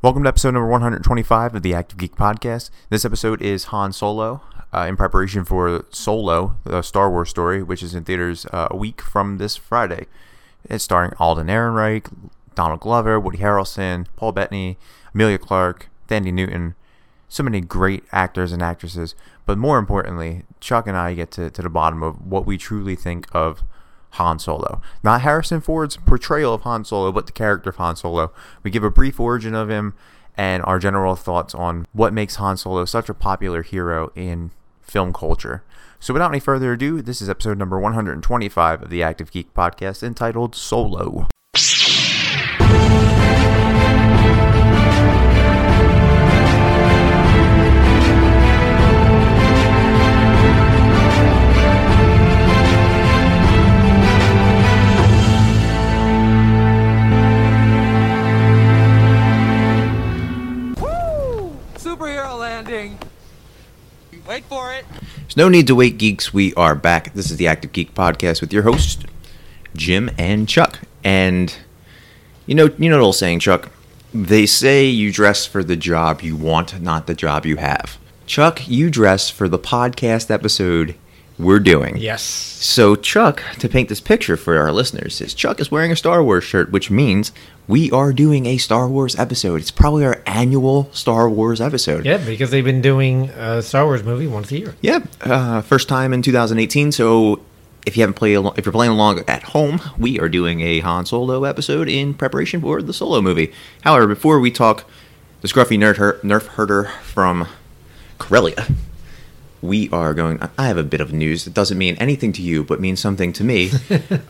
Welcome to episode number 125 of the Active Geek Podcast. This episode is Han Solo uh, in preparation for Solo, the Star Wars story, which is in theaters uh, a week from this Friday. It's starring Alden Ehrenreich, Donald Glover, Woody Harrelson, Paul Bettany, Amelia Clark, Thandi Newton. So many great actors and actresses. But more importantly, Chuck and I get to, to the bottom of what we truly think of Han Solo. Not Harrison Ford's portrayal of Han Solo, but the character of Han Solo. We give a brief origin of him and our general thoughts on what makes Han Solo such a popular hero in film culture. So, without any further ado, this is episode number 125 of the Active Geek podcast entitled Solo. Superhero landing. Wait for it. There's no need to wait, geeks. We are back. This is the Active Geek Podcast with your hosts, Jim and Chuck. And you know, you know the old saying, Chuck. They say you dress for the job you want, not the job you have. Chuck, you dress for the podcast episode we're doing. Yes. So Chuck, to paint this picture for our listeners, is Chuck is wearing a Star Wars shirt, which means we are doing a Star Wars episode. It's probably our annual Star Wars episode. Yeah, because they've been doing a Star Wars movie once a year. Yeah, uh, first time in 2018. So if you haven't played, al- if you're playing along at home, we are doing a Han Solo episode in preparation for the Solo movie. However, before we talk, the scruffy nerd her- nerf herder from Corellia, we are going. I have a bit of news that doesn't mean anything to you, but means something to me.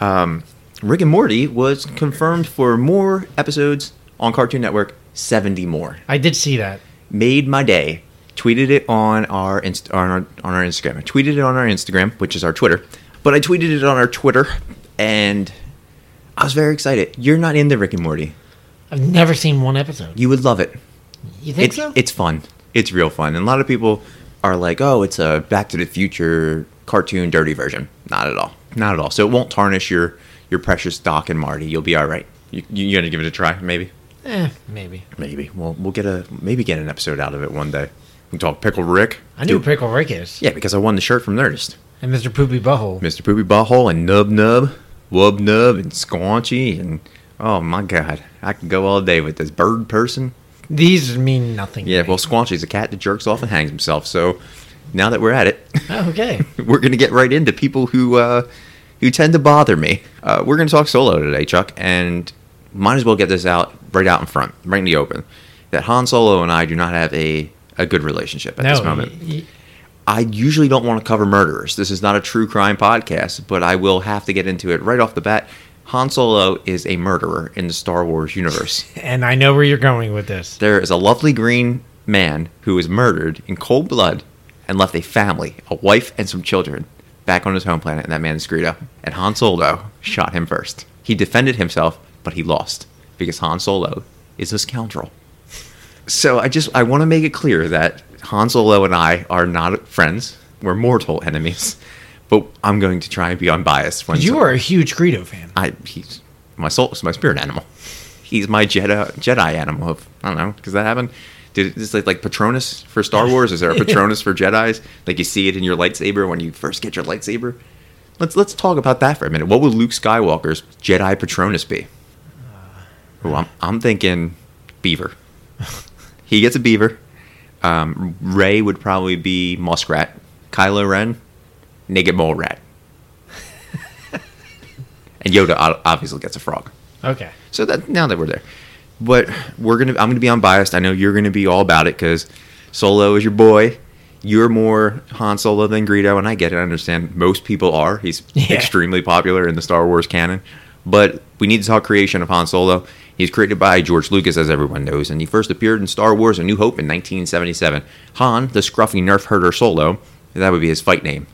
um, Rick and Morty was confirmed for more episodes on Cartoon Network, 70 more I did see that. made my day. Tweeted it on our, Inst- on our on our Instagram. I tweeted it on our Instagram, which is our Twitter. But I tweeted it on our Twitter, and I was very excited. You're not into Rick and Morty. I've never seen one episode. You would love it. You think it's, so? It's fun. It's real fun. And a lot of people are like, "Oh, it's a Back to the Future cartoon dirty version." Not at all. Not at all. So it won't tarnish your your precious Doc and Marty. You'll be all right. You, you're gonna give it a try, maybe. eh, maybe. Maybe. Well, we'll get a maybe get an episode out of it one day. We can talk pickle Rick. I knew Do- Pickle Rick is. Yeah, because I won the shirt from Nerdist. And Mr. Poopy Butthole. Mr. Poopy Butthole and Nub Nub, Wub Nub and Squanchy and oh my god, I could go all day with this bird person. These mean nothing. to Yeah, me. well, Squanchy's a cat that jerks off and hangs himself. So now that we're at it, Oh, okay. we're gonna get right into people who uh, who tend to bother me. Uh, we're gonna talk solo today, Chuck, and might as well get this out right out in front, right in the open. That Han Solo and I do not have a a good relationship at no. this moment. y- y- I usually don't want to cover murderers. This is not a true crime podcast, but I will have to get into it right off the bat. Han Solo is a murderer in the Star Wars universe. and I know where you're going with this. there is a lovely green man who was murdered in cold blood and left a family, a wife, and some children back on his home planet, and that man is Greedo. And Han Solo shot him first. He defended himself, but he lost because Han Solo is a scoundrel. So I just I want to make it clear that Han Solo and I are not friends. We're mortal enemies. But I'm going to try and be unbiased when You are a huge Greedo fan. I he's my soul, my spirit animal. He's my Jedi Jedi animal. Of, I don't know. Does that happen? Did is like like Patronus for Star Wars? Is there a Patronus for Jedi's? Like you see it in your lightsaber when you first get your lightsaber. Let's let's talk about that for a minute. What would Luke Skywalker's Jedi Patronus be? Oh, I'm I'm thinking beaver. he gets a beaver. Um, Ray would probably be muskrat. Kylo Ren, naked mole rat. And Yoda o- obviously gets a frog. Okay. So that now that we're there, but we're gonna I'm gonna be unbiased. I know you're gonna be all about it because Solo is your boy. You're more Han Solo than Greedo, and I get it. I understand most people are. He's Yeah. extremely popular in the Star Wars canon, but we need to talk creation of Han Solo. He's created by George Lucas, as everyone knows, and he first appeared in Star Wars: A New Hope in 1977. Han, the scruffy nerf herder Solo, that would be his fight name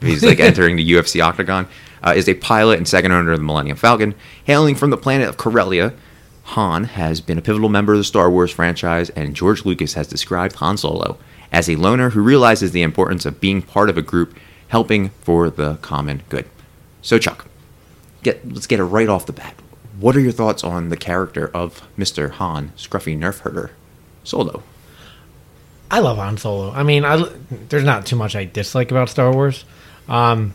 he's like entering the UFC octagon, uh, is a pilot and second owner of the Millennium Falcon. Hailing from the planet of Corellia, Han has been a pivotal member of the Star Wars franchise, and George Lucas has described Han Solo as a loner who realizes the importance of being part of a group, helping for the common good. So, Chuck, get let's get it right off the bat. What are your thoughts on the character of Mr. Han, Scruffy Nerf Herder, Solo? I love Han Solo. I mean, I there's not too much I dislike about Star Wars. Um,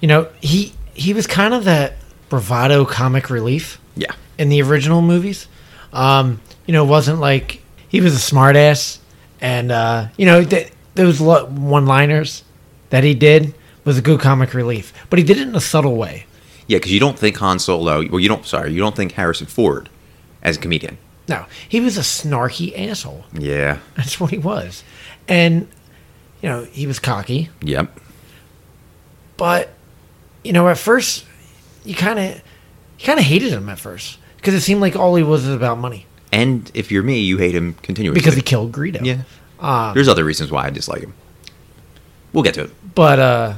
you know, he he was kind of that bravado comic relief Yeah. in the original movies. Um, you know, it wasn't like he was a smartass, and uh, you know th- those lo- one-liners that he did was a good comic relief, but he did it in a subtle way. Yeah, because you don't think Han Solo, well, you don't, sorry, you don't think Harrison Ford as a comedian. No, he was a snarky asshole. Yeah. That's what he was, and you know he was cocky. Yep. but you know at first you kind of you kind of hated him at first because it seemed like all he was was about money And if you're me, you hate him continuously. because he Ah. killed Greedo. Yeah. There's other reasons why I dislike him. We'll get to it. But uh,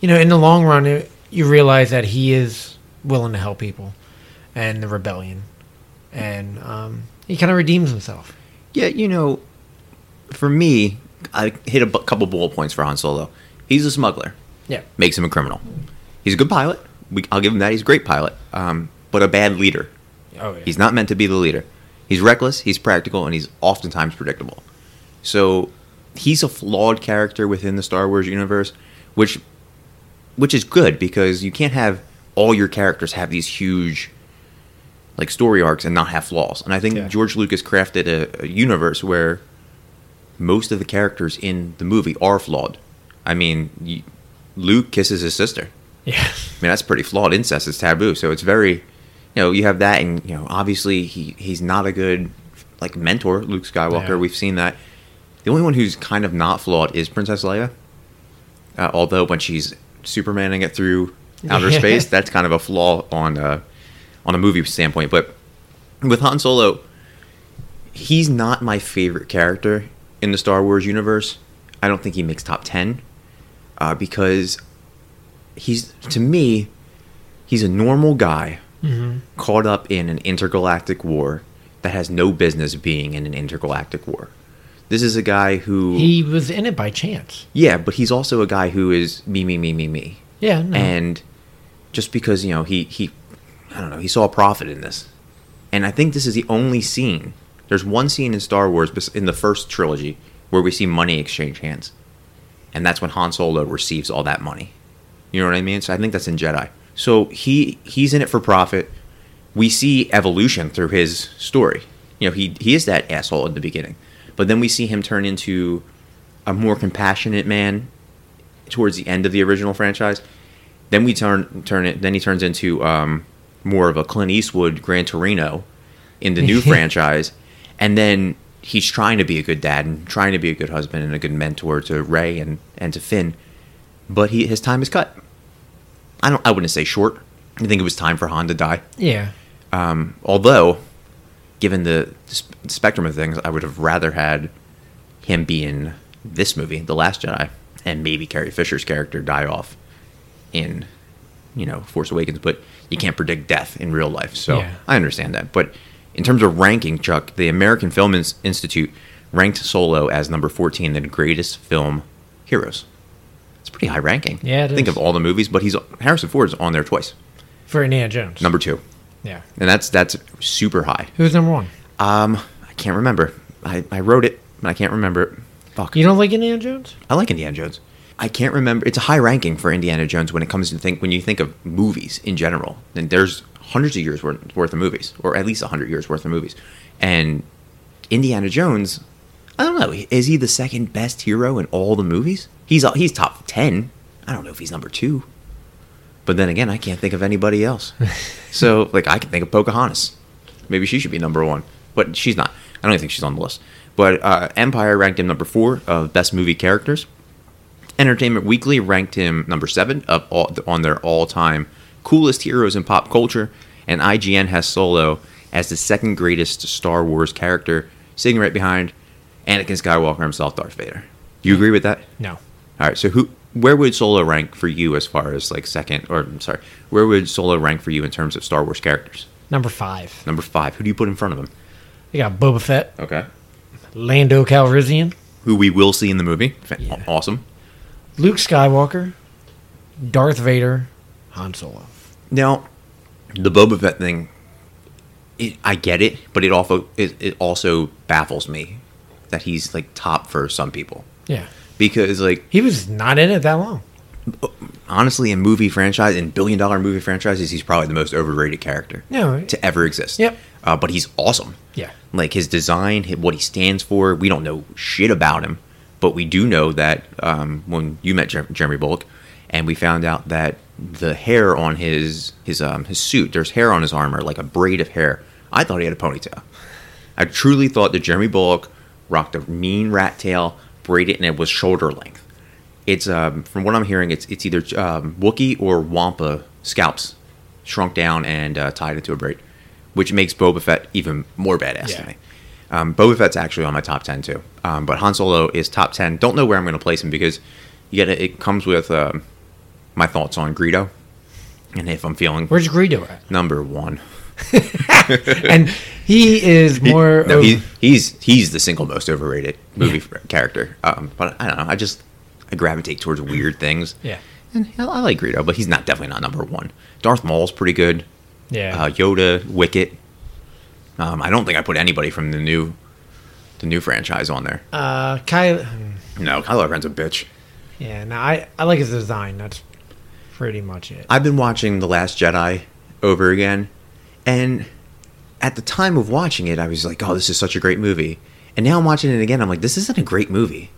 you know, in the long run, it, you realize that he is willing to help people and the rebellion, and um, he kind of redeems himself. Yeah, you know, for me, I hit a bu- couple bullet points for Han Solo. He's a smuggler, Yeah. makes him a criminal. He's a good pilot. We, I'll give him that. He's a great pilot, um, but a bad leader. Oh yeah. He's not meant to be the leader. He's reckless, he's practical, and he's oftentimes predictable. So he's a flawed character within the Star Wars universe, which which is good because you can't have all your characters have these huge like story arcs and not have flaws. And I think Yeah. George Lucas crafted a, a universe where most of the characters in the movie are flawed. I mean, y Luke kisses his sister. yeah. I mean, that's pretty flawed. Incest is taboo, so it's very, you know, you have that, and you know, obviously he he's not a good like mentor, Luke Skywalker. Yeah. We've seen that. The only one who's kind of not flawed is Princess Leia. Uh, although when she's Supermaning it through outer Yeah. space, that's kind of a flaw on uh, on a movie standpoint. But with Han Solo, he's not my favorite character in the Star Wars universe. I don't think he makes top ten uh, because he's to me he's a normal guy caught up in an intergalactic war that has no business being in an intergalactic war. This is a guy who He was in it by chance. yeah, but he's also a guy who is me me me me me. Yeah. No. And just because, you know, he he I don't know, he saw a profit in this. And I think this is the only scene. There's one scene in Star Wars bes- in the first trilogy where we see money exchange hands. And that's when Han Solo receives all that money. You know what I mean? So I think that's in Jedi. So he he's in it for profit. We see evolution through his story. You know, he he is that asshole in the beginning. But then we see him turn into a more compassionate man towards the end of the original franchise. Then we turn turn it. Then he turns into um, more of a Clint Eastwood, Gran Torino, in the new franchise, and then he's trying to be a good dad and trying to be a good husband and a good mentor to Ray and and to Finn, but he his time is cut. I don't. I wouldn't say short. I think it was time for Han to die. yeah. Um, although, given the sp- spectrum of things, I would have rather had him be in this movie, The Last Jedi, and maybe Carrie Fisher's character die off in, you know, Force Awakens. But you can't predict death in real life, so Yeah. I understand that. But in terms of ranking, Chuck, the American Film Ins- Institute ranked Solo as number fourteen, the greatest film heroes. It's a pretty high ranking. Yeah, it think is. of all the movies, but he's Harrison Ford's on there twice, For Indiana Jones. number two, Yeah. and that's that's super high. Who was number one? Um, I can't remember. I, I wrote it, but I can't remember it. Fuck. You don't like Indiana Jones? I like Indiana Jones. I can't remember. It's a high ranking for Indiana Jones when it comes to think when you think of movies in general. And there's hundreds of years worth worth of movies, or at least hundred years worth of movies. And Indiana Jones, I don't know. Is he the second best hero in all the movies? He's he's top ten. I don't know if he's number two. But then again, I can't think of anybody else. so, like, I can think of Pocahontas. Maybe she should be number one, but she's not. I don't even think she's on the list. But uh, Empire ranked him number four of best movie characters. Entertainment Weekly ranked him number seven of all, on their all-time coolest heroes in pop culture, and IGN has Solo as the second greatest Star Wars character, sitting right behind Anakin Skywalker himself, Darth Vader. You agree with that? No. All right. So who? Where would Solo rank for you as far as like second, or I'm sorry, where would Solo rank for you in terms of Star Wars characters? Number five. Number five. Who do you put in front of him? They got Boba Fett, Okay. Lando Calrissian, Who we will see in the movie. Fa- Yeah. Awesome. Luke Skywalker, Darth Vader, Han Solo. Now, the Boba Fett thing it, I get it, but it also it, it also baffles me that he's like top for some people Yeah. because like He was not in it that long. honestly, in movie franchise in billion dollar movie franchises, he's probably the most overrated character No. to ever exist. Yep. uh, but he's awesome. yeah. like his design, hi- what he stands for. We don't know shit about him, but we do know that um, when you met Jer- Jeremy Bullock, and we found out that the hair on his his um, his suit, there's hair on his armor, like a braid of hair. I thought he had a ponytail. I truly thought that Jeremy Bullock rocked a mean rat tail, braided, and it was shoulder length. It's um, from what I'm hearing, it's it's either um, Wookie or Wampa scalps shrunk down and uh, tied into a braid, which makes Boba Fett even more badass Yeah. to me. Um, Boba Fett's actually on my top ten too, um, but Han Solo is top ten. Don't know where I'm going to place him because you got it comes with um, my thoughts on Greedo, and if I'm feeling Where's Greedo at? number one. And he is more. no, over- he, he's he's the single most overrated movie f- character. Um, but I don't know. I just I gravitate towards weird things. Yeah. and I, I like Greedo, but he's not definitely not number one. Darth Maul's pretty good. Yeah. Uh, Yoda, Wicket. Um, I don't think I put anybody from the new the new franchise on there. Uh, Kylo. no, Kylo Ren's a bitch. Yeah. No, I I like his design. That's pretty much it. I've been watching The Last Jedi over again, and at the time of watching it, I was like, "Oh, this is such a great movie." And now I'm watching it again. I'm like, "This isn't a great movie.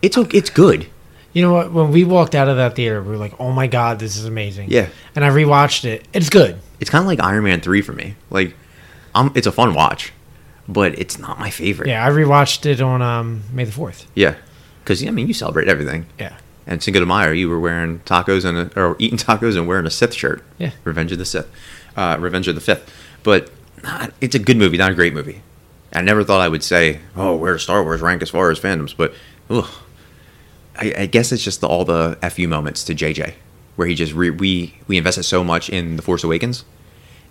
It's okay, it's good." You know what? When we walked out of that theater, we were like, "Oh my god, this is amazing." Yeah. And I rewatched it. It's good. It's kind of like Iron Man three for me. Like, i it's a fun watch, but it's not my favorite. Yeah, I rewatched it on um, May the fourth. yeah. Because I mean, you celebrate everything. Yeah. And Cinco de Mayo, you were wearing tacos and a, or eating tacos and wearing a Sith shirt. Yeah. Revenge of the Sith, uh, Revenge of the Fifth. But nah, it's a good movie, not a great movie. I never thought I would say, "Oh, where does Star Wars rank as far as fandoms?" But, oh, ugh, I, I guess it's just the, all the fu moments to JJ, where he just re, we we invested so much in the Force Awakens,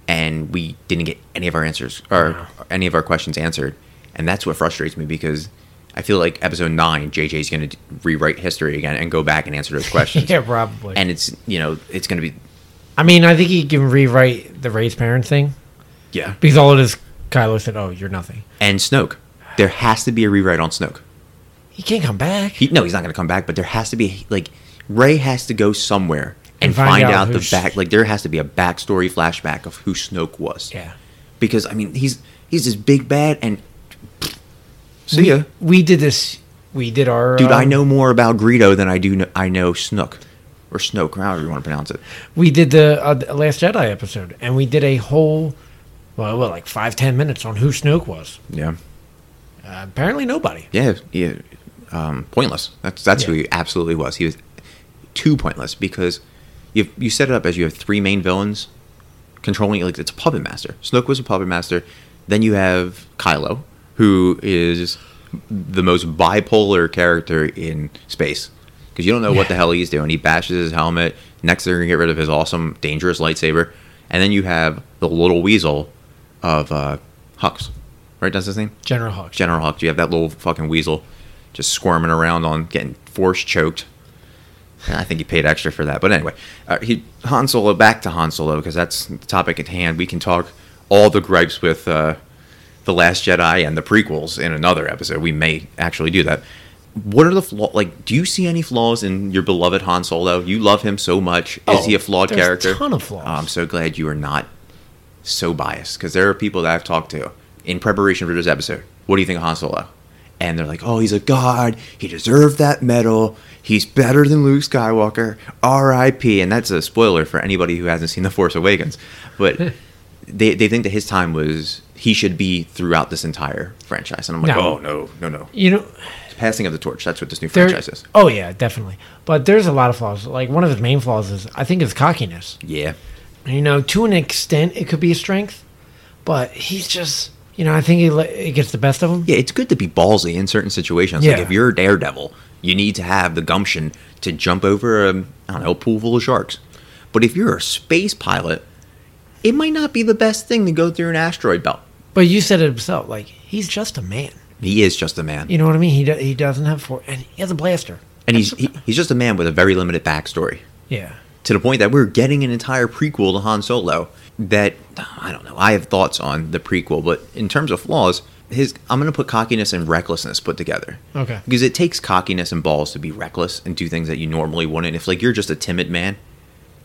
and we didn't get any of our answers or any of our questions answered, and that's what frustrates me because I feel like Episode Nine, JJ is going to rewrite history again and go back and answer those questions, Yeah, probably. and it's you know it's going to be I mean, I think he can rewrite the Ray's parent thing yeah because all it is, Kylo said, "Oh, you're nothing." and Snoke. There has to be a rewrite on Snoke. He can't come back. He, no, he's not going to come back, but there has to be like Ray has to go somewhere and, And find, find out, out the who's- back. Like there has to be a backstory flashback of who Snoke was. yeah. because I mean he's he's this big bad and see ya, We did this. We did our dude. I um, know more about Greedo than I do. Know, I know Snook or Snoke, or however you want to pronounce it. we did the uh, the Last Jedi episode, and we did a whole, well, what, like five ten minutes on who Snoke was. Yeah, Uh, apparently, nobody. yeah, yeah. Um, pointless. That's that's who Yeah. he absolutely was. He was too pointless because you you set it up as you have three main villains controlling like it's a puppet master. Snoke was a puppet master. Then you have Kylo, who is the most bipolar character in space because you don't know what the hell he's doing. He bashes his helmet. Next, they're gonna get rid of his awesome, dangerous lightsaber, and then you have the little weasel of uh, Hux, right? That's his name. General Hux. General Hawk, you have that little fucking weasel just squirming around on getting force choked. And I think he paid extra for that. But anyway, uh, he Han Solo back to Han Solo because that's the topic at hand. We can talk all the gripes with uh, the Last Jedi and the prequels in another episode. We may actually do that. What are the flaw? Like, do you see any flaws in your beloved Han Solo? You love him so much. Is Oh, he a flawed there's a character? ton of flaws. Oh, I'm so glad you are not so biased because there are people that I've talked to in preparation for this episode. What do you think of Han Solo? And they're like, oh, he's a god. He deserved that medal. He's better than Luke Skywalker. R.I.P. And that's a spoiler for anybody who hasn't seen The Force Awakens. But they, they think that his time was, he should be throughout this entire franchise. And I'm like, oh, No. no, no, no. You know, It's passing of the torch. That's what this new there. franchise is. Oh yeah, definitely. But there's a lot of flaws. Like one of his main flaws is, I think, his cockiness. Yeah. You know, to an extent, it could be a strength, but he's just, you know, I think he le- it gets the best of him. Yeah, it's good to be ballsy in certain situations. Like Yeah. if you're a daredevil, you need to have the gumption to jump over a, I don't know, a pool full of sharks. But if you're a space pilot, it might not be the best thing to go through an asteroid belt. But you said it himself, like he's just a man. He is just a man, You know what I mean? He do- he doesn't have four, and he has a blaster. and he's he, he's just a man with a very limited backstory. Yeah. To the point that we're getting an entire prequel to Han Solo that I don't know. I have thoughts on the prequel, but in terms of flaws, his I'm going to put cockiness and recklessness put together. Okay. Because it takes cockiness and balls to be reckless and do things that you normally wouldn't. If like you're just a timid man,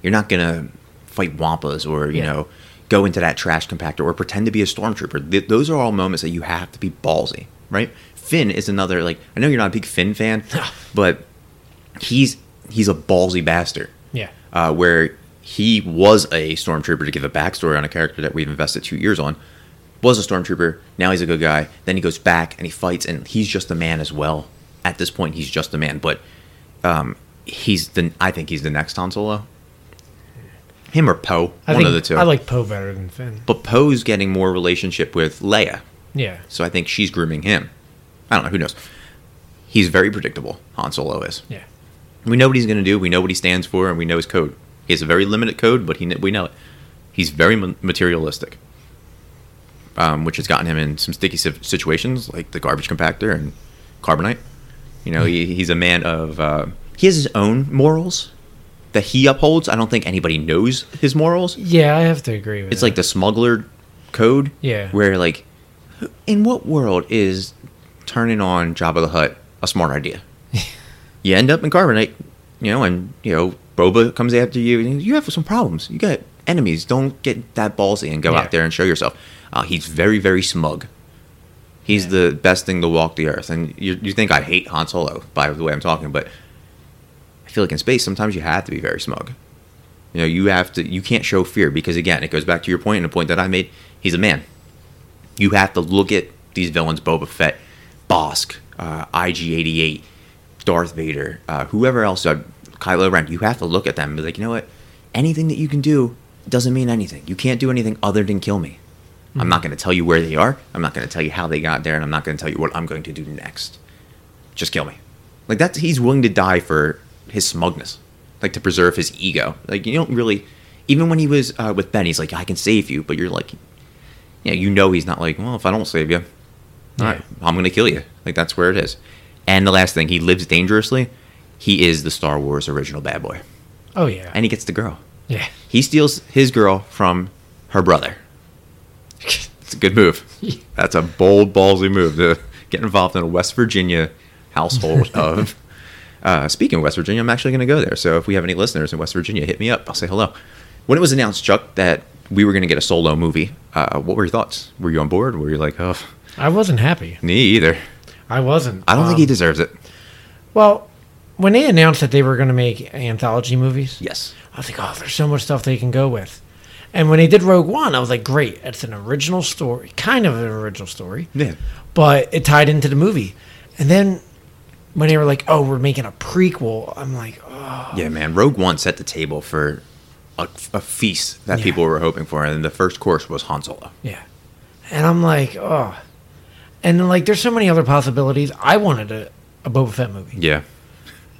you're not going to fight wampas or you Yeah. know go into that trash compactor or pretend to be a stormtrooper. Th- those are all moments that you have to be ballsy, right? Finn is another like I know you're not a big Finn fan, but he's he's a ballsy bastard Yeah. uh, where he was a stormtrooper to give a backstory on a character that we've invested two years on. Was a stormtrooper. Now he's a good guy. Then he goes back and he fights, and he's just a man as well. At this point, he's just a man, but um, he's the. I think he's the next Han Solo. Him or Poe, I one think of the two. I like Poe better than Finn. but Poe's getting more relationship with Leia, Yeah. so I think she's grooming him. I don't know. Who knows? He's very predictable. Han Solo is. Yeah. We know what he's going to do. We know what he stands for, and we know his code. He has a very limited code, but he kn- we know it. He's very ma- materialistic, um, which has gotten him in some sticky si- situations, like the garbage compactor and carbonite. You know, he, he's a man of. Uh, he has his own morals that he upholds. I don't think anybody knows his morals. Yeah, I have to agree with It's like the smuggler code. Yeah. Where like, in what world is turning on Jabba the Hutt a smart idea? you end up in carbonite, you know, and you know Boba comes after you, and you have some problems. You got enemies. Don't get that ballsy and go Yeah. out there and show yourself. Uh, he's very very smug. He's the best thing to walk the earth, and you, you think I hate Han Solo by the way I'm talking, but I feel like in space sometimes you have to be very smug. You know, you have to you can't show fear because again, it goes back to your point and a point that I made. He's a man. You have to look at these villains: Boba Fett, Bosk, uh, IG88, Darth Vader, uh, whoever else, uh, Kylo Ren. You have to look at them and be like, you know what? Anything that you can do doesn't mean anything. You can't do anything other than kill me. I'm not going to tell you where they are. I'm not going to tell you how they got there, and I'm not going to tell you what I'm going to do next. Just kill me. Like that's he's willing to die for his smugness, like to preserve his ego. Like you don't really, even when he was uh, with Ben, he's like, I can save you, but you're like, yeah, you know, he's not like, well, if I don't save you, all right, I'm gonna kill you. Like that's where it is. And the last thing, he lives dangerously. He is the Star Wars original bad boy, Oh yeah. and he gets the girl. yeah. He steals his girl from her brother. It's a good move. That's a bold, ballsy move to get involved in a West Virginia household of. Uh, speaking of West Virginia, I'm actually going to go there. So if we have any listeners in West Virginia, hit me up. I'll say hello. When it was announced, Chuck, that we were going to get a solo movie, uh, what were your thoughts? Were you on board? Were you like, oh, I wasn't happy. me either? I wasn't. I don't think he Um, deserves it. Well, when they announced that they were going to make anthology movies, Yes. I was like, oh, there's so much stuff they can go with. And when they did Rogue One, I was like, great, it's an original story, kind of an original story, Yeah. but it tied into the movie. And then when they were like, oh, we're making a prequel, I'm like, oh, Yeah, man. Rogue One set the table for a, a feast that Yeah. people were hoping for, and the first course was Han Solo. yeah. And I'm like, oh. And then, like, there's so many other possibilities. I wanted a, a Boba Fett movie. Yeah.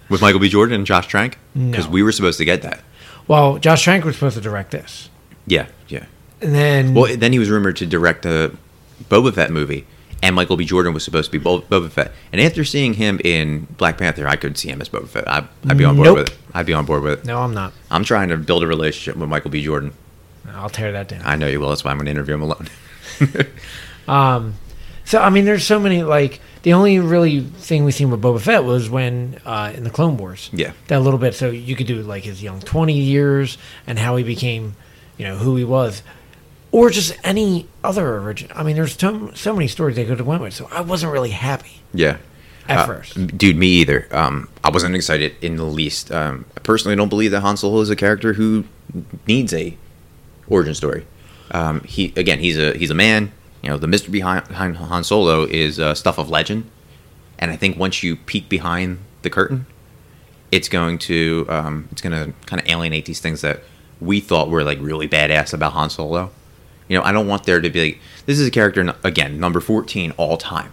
With Michael B. Jordan and Josh Trank? Because No. we were supposed to get that. Well, Josh Trank was supposed to direct this. Yeah, yeah. And then, Well, then he was rumored to direct the Boba Fett movie, and Michael B. Jordan was supposed to be Bo- Boba Fett. And after seeing him in Black Panther, I could see him as Boba Fett. I, I'd be on board Nope. with it. I'd be on board with it. no, I'm not. I'm trying to build a relationship with Michael B. Jordan. I'll tear that down. I know you will. That's why I'm going to interview him alone. So I mean, there's so many. Like the only really thing we seen with Boba Fett was when uh, in the Clone Wars. Yeah. that little bit. So you could do like his young 20 years and how he became, you know, who he was, or just any other origin. I mean, there's so, so many stories they could have went with. So I wasn't really happy yeah. at Uh, first. Dude, me either. Um, I wasn't excited in the least. Um, I personally don't believe that Han Solo is a character who needs a origin story. Um, he again, he's a he's a man. You know, the mystery behind, behind Han Solo is uh, stuff of legend, and I think once you peek behind the curtain, it's going to um, it's going to kind of alienate these things that we thought were like really badass about Han Solo. You know, I don't want there to be like this is a character n- again number fourteen all time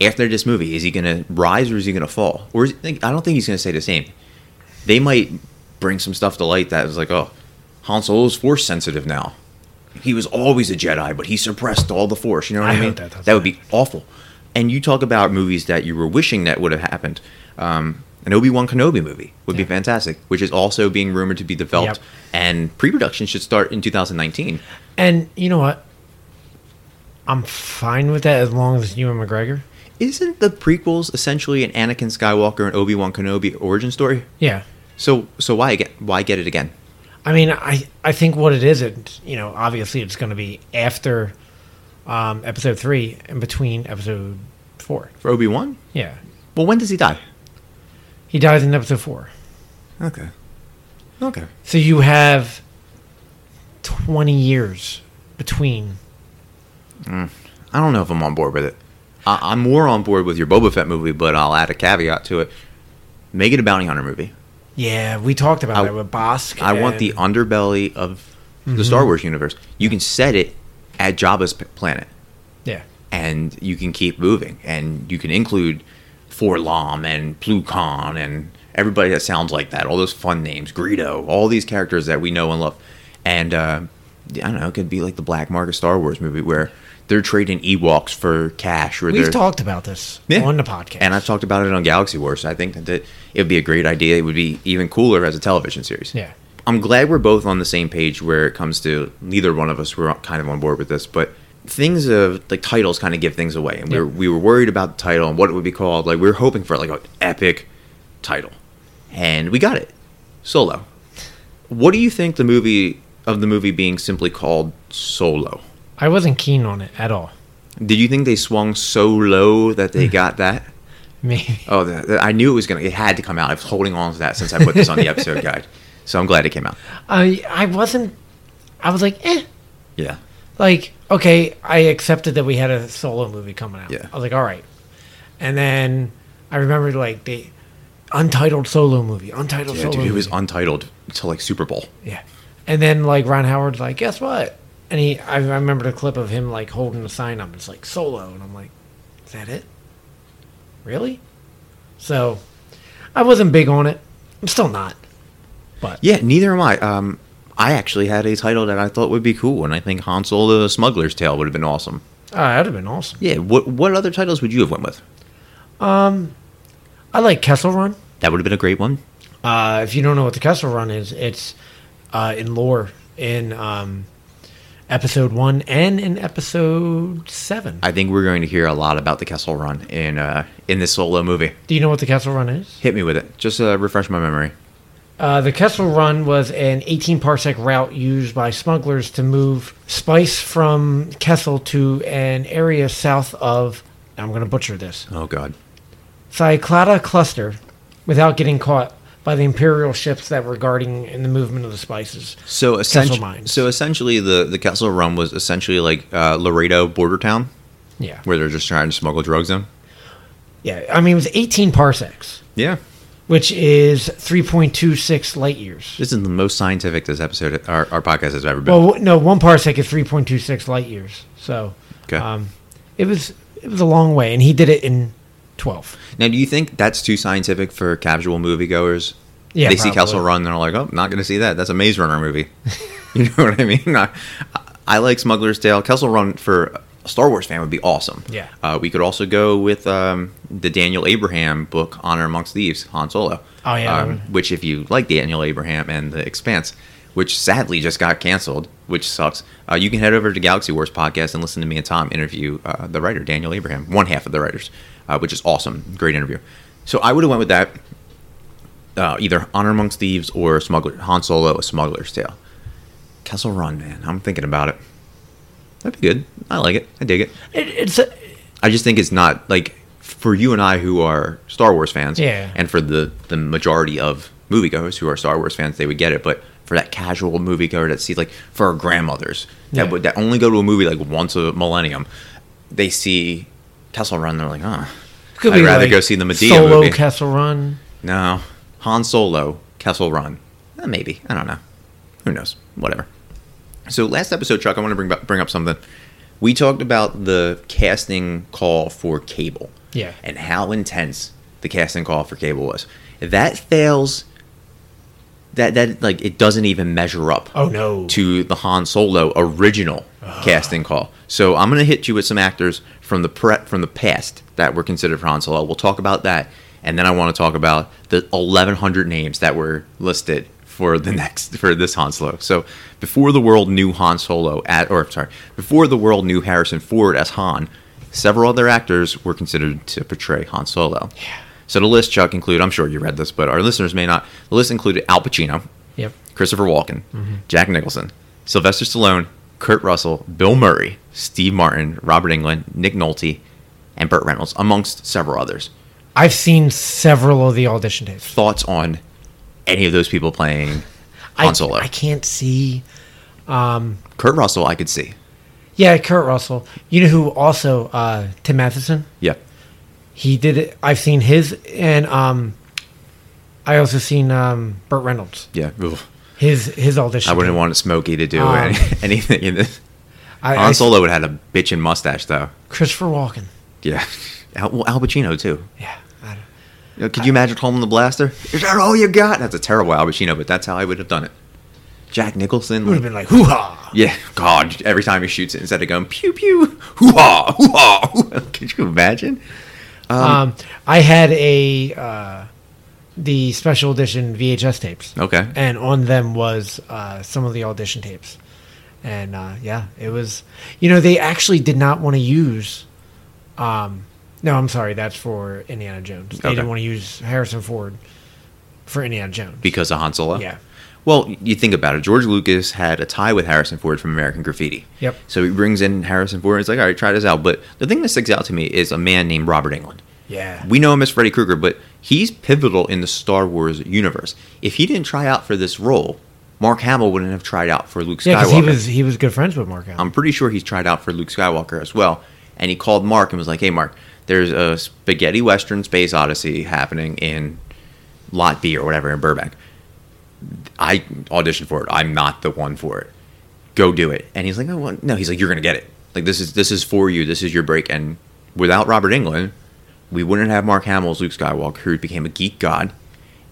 after this movie, is he going to rise or is he going to fall? Or is, like, I don't think he's going to stay the same. They might bring some stuff to light that is like, oh, Han Solo's force sensitive now. He was always a Jedi, but he suppressed all the force. You know what I I, hope mean? that That, doesn't would be awful. And you talk about movies that you were wishing that would have happened. Um, an Obi Wan Kenobi movie would be fantastic, which is also being rumored to be developed, Yep. and pre-production should start in 2019. And you know what? I'm fine with that as long as it's Ewan McGregor. Isn't the prequels essentially an Anakin Skywalker and Obi Wan Kenobi origin story? Yeah. So so why get why get it again? I mean, I, I think what it is, it you know, obviously it's going to be after um, episode three and between episode four. For Obi Wan? Yeah, Well, when does he die? he dies in episode four, Okay. Okay. so you have twenty years between. I don't know if I'm on board with it. I, I'm more on board with your Boba Fett movie, but I'll add a caveat to it. Make it a bounty hunter movie. Yeah, we talked about I- that with Bosk. I want and- the underbelly of the Star Wars universe. You can set it at Jabba's p- planet, yeah. and you can keep moving, and you can include Forlom and Plucon and everybody that sounds like that. All those fun names, Greedo, all these characters that we know and love, and uh, I don't know. It could be like the Black Market Star Wars movie where they're trading Ewoks for cash. Or We've they're- talked about this Yeah. on the podcast, and I've talked about it on Galaxy Wars. I think that it would be a great idea. It would be even cooler as a television series. Yeah. I'm glad we're both on the same page where it comes to neither one of us were kind of on board with this, but things of like titles kind of give things away, and we were, we were worried about the title and what it would be called. Like we were hoping for like an epic title, and we got it, Solo. What do you think the movie of the movie being simply called Solo? I wasn't keen on it at all. Did you think they swung so low that they got that? Maybe. Oh, the, the, I knew it was gonna. It had to come out. I was holding on to that since I put this on the episode guide. So I'm glad it came out. I I wasn't. I was like, eh. Yeah. like okay i accepted that we had a solo movie coming out Yeah. i was like all right and then i remembered like the untitled solo movie untitled Yeah, solo dude, it was movie. untitled to like Super Bowl. yeah and then like ron howard's like guess what and he i, I remember the clip of him like holding the sign up it's like solo and i'm like is that it really so i wasn't big on it i'm still not Yeah, neither am I. Um, I actually had a title that I thought would be cool, and I think Han Solo: The Smuggler's Tale would have been awesome. uh, that'd have been awesome Yeah. What What other titles would you have went with? i like kessel run That would have been a great one. Uh, if you don't know what the Kessel Run is, it's uh, in lore in um, episode one and in episode seven. I think we're going to hear a lot about the Kessel Run in uh, in this Solo movie. Do you know what the Kessel Run is? Hit me with it. Just uh, refresh my memory. Uh, the Kessel Run was an 18 parsec route used by smugglers to move spice from Kessel to an area south of. I'm going to butcher this. Oh God. Cyclada cluster without getting caught by the Imperial ships that were guarding in the movement of the spices. So essentially, mines. so essentially, the the Kessel Run was essentially like uh, Laredo border town, Yeah. where they're just trying to smuggle drugs in. Yeah. I mean, it was 18 parsecs. Yeah, which is 3.26 light years. this is the most scientific this episode our, our podcast has ever been. Well, w- no, one parsec is 3.26 light years. So okay. um, it was it was a long way, and he did it in 12. now, do you think that's too scientific for casual moviegoers? Yeah, they see Kessel probably. Run, they're like, oh, not going to see that. That's a Maze Runner movie. you know what I mean? I, I like Smuggler's Tale. Kessel Run for a Star Wars fan would be awesome. Yeah. Uh, we could also go with um, the Daniel Abraham book, Honor Amongst Thieves, Han Solo. Oh, yeah, that Um, would- which, if you like Daniel Abraham and The Expanse, which sadly just got canceled, which sucks, uh, you can head over to Galaxy Wars podcast and listen to me and Tom interview uh, the writer, Daniel Abraham, one half of the writers, uh, which is awesome. Great interview. So I would have went with that uh, either Honor Amongst Thieves or Smuggler Han Solo: A Smuggler's Tale. Kessel Run, man. I'm thinking about it. That'd be good. I like it. I dig it. It, it's a, I just think it's not like for you and I who are Star Wars fans, Yeah. and for the the majority of moviegoers who are Star Wars fans, they would get it. But for that casual moviegoer that sees like for our grandmothers that Yeah. would that only go to a movie like once a millennium, they see Kessel Run, they're like, huh. could I'd be rather like go see the Medea solo movie. Kessel Run. No. Han Solo, Kessel Run. Eh, maybe. I don't know. Who knows? Whatever. So last episode, Chuck, I want to bring up, bring up something. We talked about the casting call for Cable. Yeah. And how intense the casting call for Cable was. That fails. That that like it doesn't even measure up Oh no! to the Han Solo original casting call. So I'm gonna hit you with some actors from the pre- from the past that were considered for Han Solo. We'll talk about that, and then I want to talk about the 1,100 names that were listed for the next for this Han Solo. So before the world knew Han Solo at, or sorry, before the world knew Harrison Ford as Han, several other actors were considered to portray Han Solo. Yeah. So the list, Chuck, include I'm sure you read this, but our listeners may not. The list included Al Pacino, Yep. Christopher Walken, Jack Nicholson, Sylvester Stallone, Kurt Russell, Bill Murray, Steve Martin, Robert England, Nick Nolte, and Burt Reynolds, amongst several others. I've seen several of the audition tapes. Thoughts on any of those people playing I, Han Solo? I can't see. Kurt Russell, I could see. Yeah, Kurt Russell. You know who also? Uh, Tim Matheson. Yeah. He did it. I've seen his, and um, I also seen um, Burt Reynolds. Yeah. Ugh. His his audition. I wouldn't tape. want Smokey to do Um, any, anything in this. I, I- Han Solo would have had a bitchin' mustache, though. Christopher Walken. Yeah. Al, well, Al Pacino, too. Yeah. I don't, You know, Could you imagine calling the blaster? Is that all you got? That's a terrible Al Pacino, but that's how I would have done it. Jack Nicholson. would like- have been like hoo ha. Yeah, God! Every time he shoots it, instead of going pew pew, hoo ha, hoo ha, could you imagine? Um, I had a uh, the special edition VHS tapes. Okay. And on them was uh, some of the audition tapes, and uh, yeah, it was. You know, they actually did not want to use. Um, no, I'm sorry, that's for Indiana Jones. They Okay. didn't want to use Harrison Ford for Indiana Jones. Because of Han Solo. Yeah. Well, you think about it. George Lucas had a tie with Harrison Ford from American Graffiti. Yep. So he brings in Harrison Ford. And it's like, all right, try this out. But the thing that sticks out to me is a man named Robert England. yeah. We know him as Freddy Krueger, but he's pivotal in the Star Wars universe. If he didn't try out for this role, Mark Hamill wouldn't have tried out for Luke Skywalker. yeah, because he was he was good friends with Mark Allen. I'm pretty sure he's tried out for Luke Skywalker as well. And he called Mark and was like, "Hey, Mark, there's a spaghetti western space odyssey happening in Lot B or whatever in Burbank. I auditioned for it. I'm not the one for it. Go do it." And he's like, "Oh, well, no." He's like, "You're gonna get it. Like this is this is for you. This is your break." And without Robert England, we wouldn't have Mark Hamill as Luke Skywalker, who became a geek god.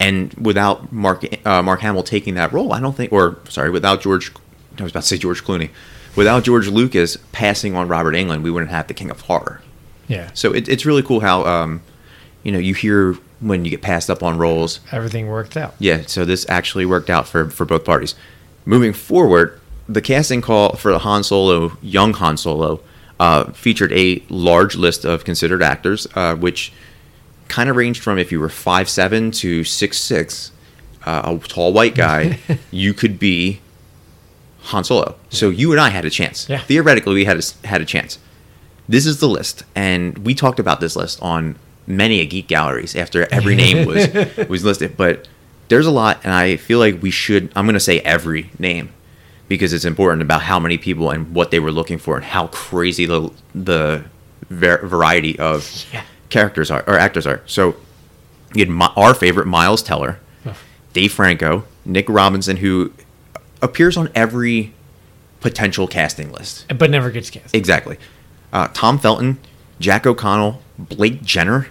And without Mark uh, Mark Hamill taking that role, I don't think, or sorry, without George, I was about to say George Clooney, without George Lucas passing on Robert Englund, we wouldn't have the King of Horror. yeah, So it, it's really cool how, um, you know, you hear when you get passed up on roles. everything worked out. Yeah, so this actually worked out for for both parties. Moving forward, the casting call for the Han Solo, young Han Solo, uh, featured a large list of considered actors, uh, which kind of ranged from if you were five seven to six six, uh, a tall white guy, you could be Han Solo. So you and I had a chance. Yeah. Theoretically, we had a, s- had a chance. This is the list, and we talked about this list on many a geek galleries after every name was was listed. But there's a lot, and I feel like we should. I'm going to say every name because it's important about how many people and what they were looking for and how crazy the the var- variety of Yeah. characters are or actors are. So you had my, our favorite Miles Teller, Dave Franco, Nick Robinson, who appears on every potential casting list. But never gets cast. Exactly. Uh, Tom Felton, Jack O'Connell, Blake Jenner,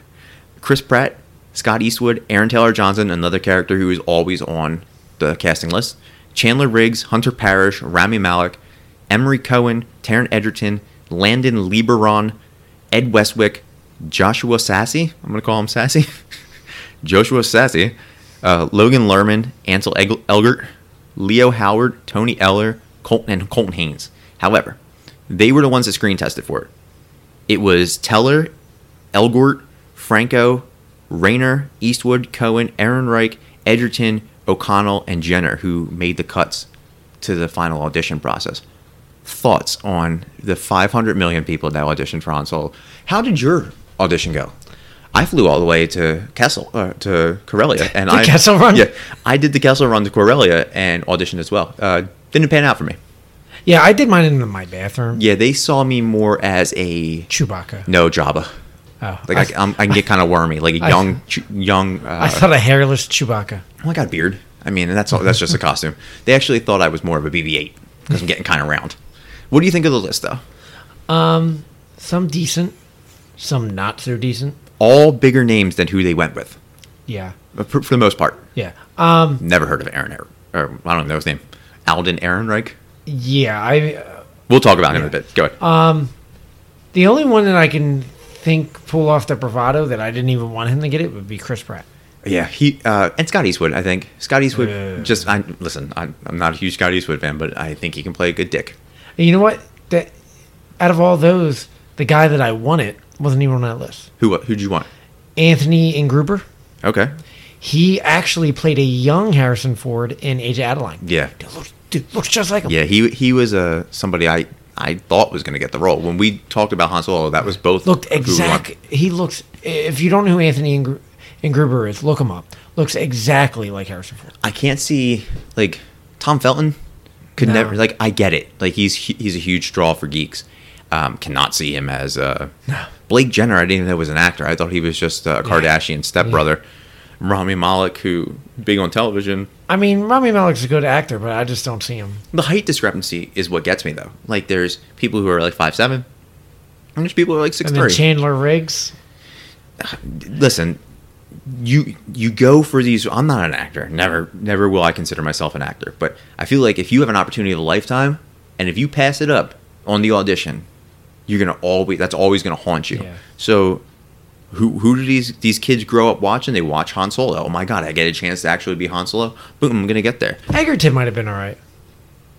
Chris Pratt, Scott Eastwood, Aaron Taylor Johnson, another character who is always on the casting list, Chandler Riggs, Hunter Parrish, Rami Malek, Emery Cohen, Taryn Edgerton, Landon Lieberon, Ed Westwick, Joshua Sassy, I'm going to call him Sassy, Joshua Sassy, uh, Logan Lerman, Ansel Egl- Elgert, Leo Howard, Tony Eller, Colton, and Colton Haynes. However, they were the ones that screen tested for it. It was Teller, Elgort, Franco, Rayner, Eastwood, Cohen, Aaron Reich, Edgerton, O'Connell, and Jenner who made the cuts to the final audition process. Thoughts on the 500 million people that auditioned for Han Solo? How did your audition go? I flew all the way to Kessel uh, to Corelia, and The I Kessel Run? Yeah, I did the Kessel run to Corelia and auditioned as well. Uh, didn't pan out for me. Yeah, I did mine in my bathroom. Yeah, they saw me more as a Chewbacca. no Jabba. Oh, Mm. Like I, I'm, I can get kind of wormy, like a I- young, ch- young. Uh, I thought a hairless Chewbacca. well, I got a beard. I mean, and that's all. That's just a costume. They actually thought I was more of a BB-8 because I'm getting kind of round. What do you think of the list, though? Some decent, some not so decent. All bigger names than who they went with, Yeah, uh, for, for the most part. yeah, um, Never heard of Aaron, Er- or I don't know his name, Alden Ehrenreich. yeah. I uh, We'll talk about him in a bit. Go ahead. The only one that I can think pull off the bravado that I didn't even want him to get it would be Chris Pratt. Yeah, he uh, and Scott Eastwood. I think Scott Eastwood. Yeah. Just I listen. I'm, I'm not a huge Scott Eastwood fan, but I think he can play a good dick. And you know what? That out of all those, the guy that I wanted wasn't even on that list. Who who'd you want? Anthony Ingruber. Okay. He actually played a young Harrison Ford in Age of Adeline. Yeah. Dude, looks, dude, looks just like him. Yeah. He he was uh, somebody I I thought was going to get the role when we talked about Han Solo. That was both Looked who we exact. want. He looks. If you don't know who Anthony Ingr- Ingruber is, look him up. Looks exactly like Harrison Ford. I can't see like Tom Felton could No. never like I get it. Like he's hu- he's a huge draw for geeks. Um, cannot see him as uh, Blake Jenner. I didn't even know was an actor. I thought he was just a Kardashian stepbrother. Rami Malek, who big on television. I mean, Rami Malek's a good actor, but I just don't see him. The height discrepancy is what gets me though. Like there's people who are like five seven, and there's people who are like six And then three. Chandler Riggs. Listen, you you go for these. I'm not an actor. Never never will I consider myself an actor. But I feel like if you have an opportunity of a lifetime, and if you pass it up on the audition, you're gonna always that's always gonna haunt you. Yeah. So. Who, who do these these kids grow up watching? They watch Han Solo. Oh my god, I get a chance to actually be Han Solo. Boom, I'm gonna get there. Egerton might have been all right.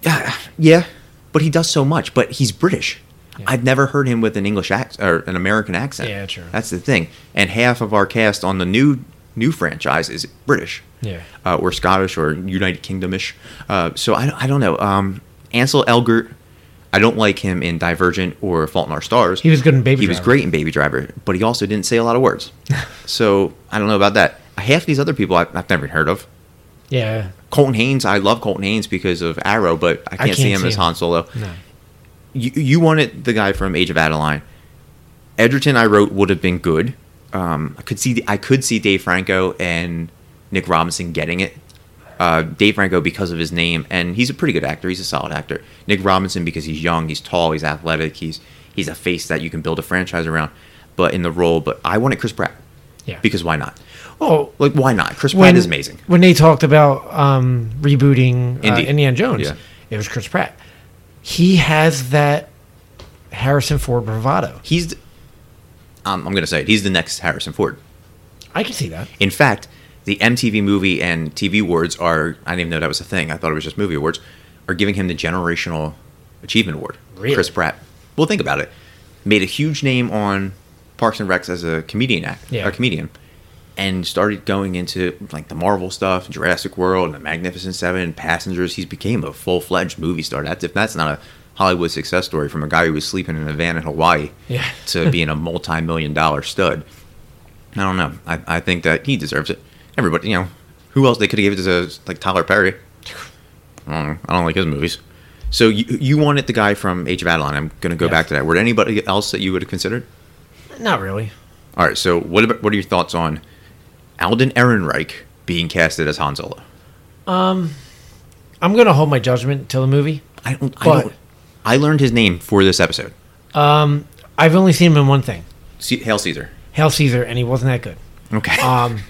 Yeah, yeah, but he does so much. But he's British. I've never heard him with an English accent or an American accent. Yeah, true. That's the thing. And half of our cast on the new new franchise is British. Yeah. uh, or Scottish or United Kingdomish. Uh, so I, I don't know. Um, Ansel Elgort. I don't like him in Divergent or Fault in Our Stars. He was good in Baby He was Driver. great in Baby Driver, but he also didn't say a lot of words. so I don't know about that. Half these other people I've, I've never even heard of. Yeah. Colton Haynes, I love Colton Haynes because of Arrow, but I can't, see can't him see as him. Han Solo. No. You, you wanted the guy from Age of Adeline. Edgerton, I wrote would have been good. Um, I could see I could see Dave Franco and Nick Robinson getting it. Uh, Dave Franco because of his name, and he's a pretty good actor. He's a solid actor. Nick Robinson because he's young, he's tall, he's athletic, he's he's a face that you can build a franchise around. But in the role, but I wanted Chris Pratt Yeah. because why not? well, Like why not? Chris Pratt when, is amazing. When they talked about um, rebooting uh, Indy. Indiana Jones, Yeah. it was Chris Pratt. He has that Harrison Ford bravado. He's, th- um, I'm going to say it, he's the next Harrison Ford. I can see that. In fact, the MTV Movie and TV Awards are, I didn't even know that was a thing. I thought it was just movie awards, are giving him the Generational Achievement Award. Really? Chris Pratt. Well, think about it. Made a huge name on Parks and Recs as a comedian act, Yeah. a comedian, and started going into like the Marvel stuff, Jurassic World, and the Magnificent Seven, Passengers. He's became a full fledged movie star. That's if that's not a Hollywood success story from a guy who was sleeping in a van in Hawaii Yeah. to being a multi million dollar stud. I don't know. I, I think that he deserves it. Everybody, you know, who else they could have given it to like Tyler Perry? I don't, know. I don't like his movies. So you you wanted the guy from Age of Adeline. I'm going to go Yes. back to that. Were there anybody else that you would have considered? Not really. All right. So what about what are your thoughts on Alden Ehrenreich being casted as Han Solo? I'm going to hold my judgment till the movie. I don't. I, But- don't I learned his name for this episode. I've only seen him in one thing, C- Hail Caesar. Hail Caesar, and he wasn't that good. Okay. Um,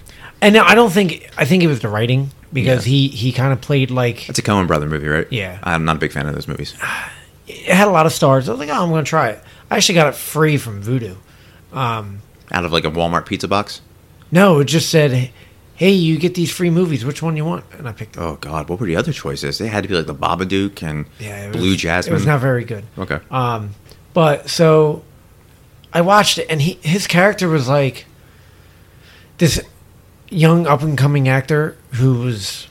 and now I don't think I think it was the writing because he he kind of played like That's a Cohen brother movie, right? Yeah. I'm not a big fan of those movies. it had a lot of stars. I was like, oh, I'm going to try it. I actually got it free from Voodoo. Out of like a Walmart pizza box. No, it just said, hey, you get these free movies. Which one you want? And I picked. it. Oh God, what were the other choices? They had to be like the Babadook and Yeah, it was, Blue Jasmine. It was not very good. okay. Um, but so I watched it, and he his character was like this young up and coming actor who was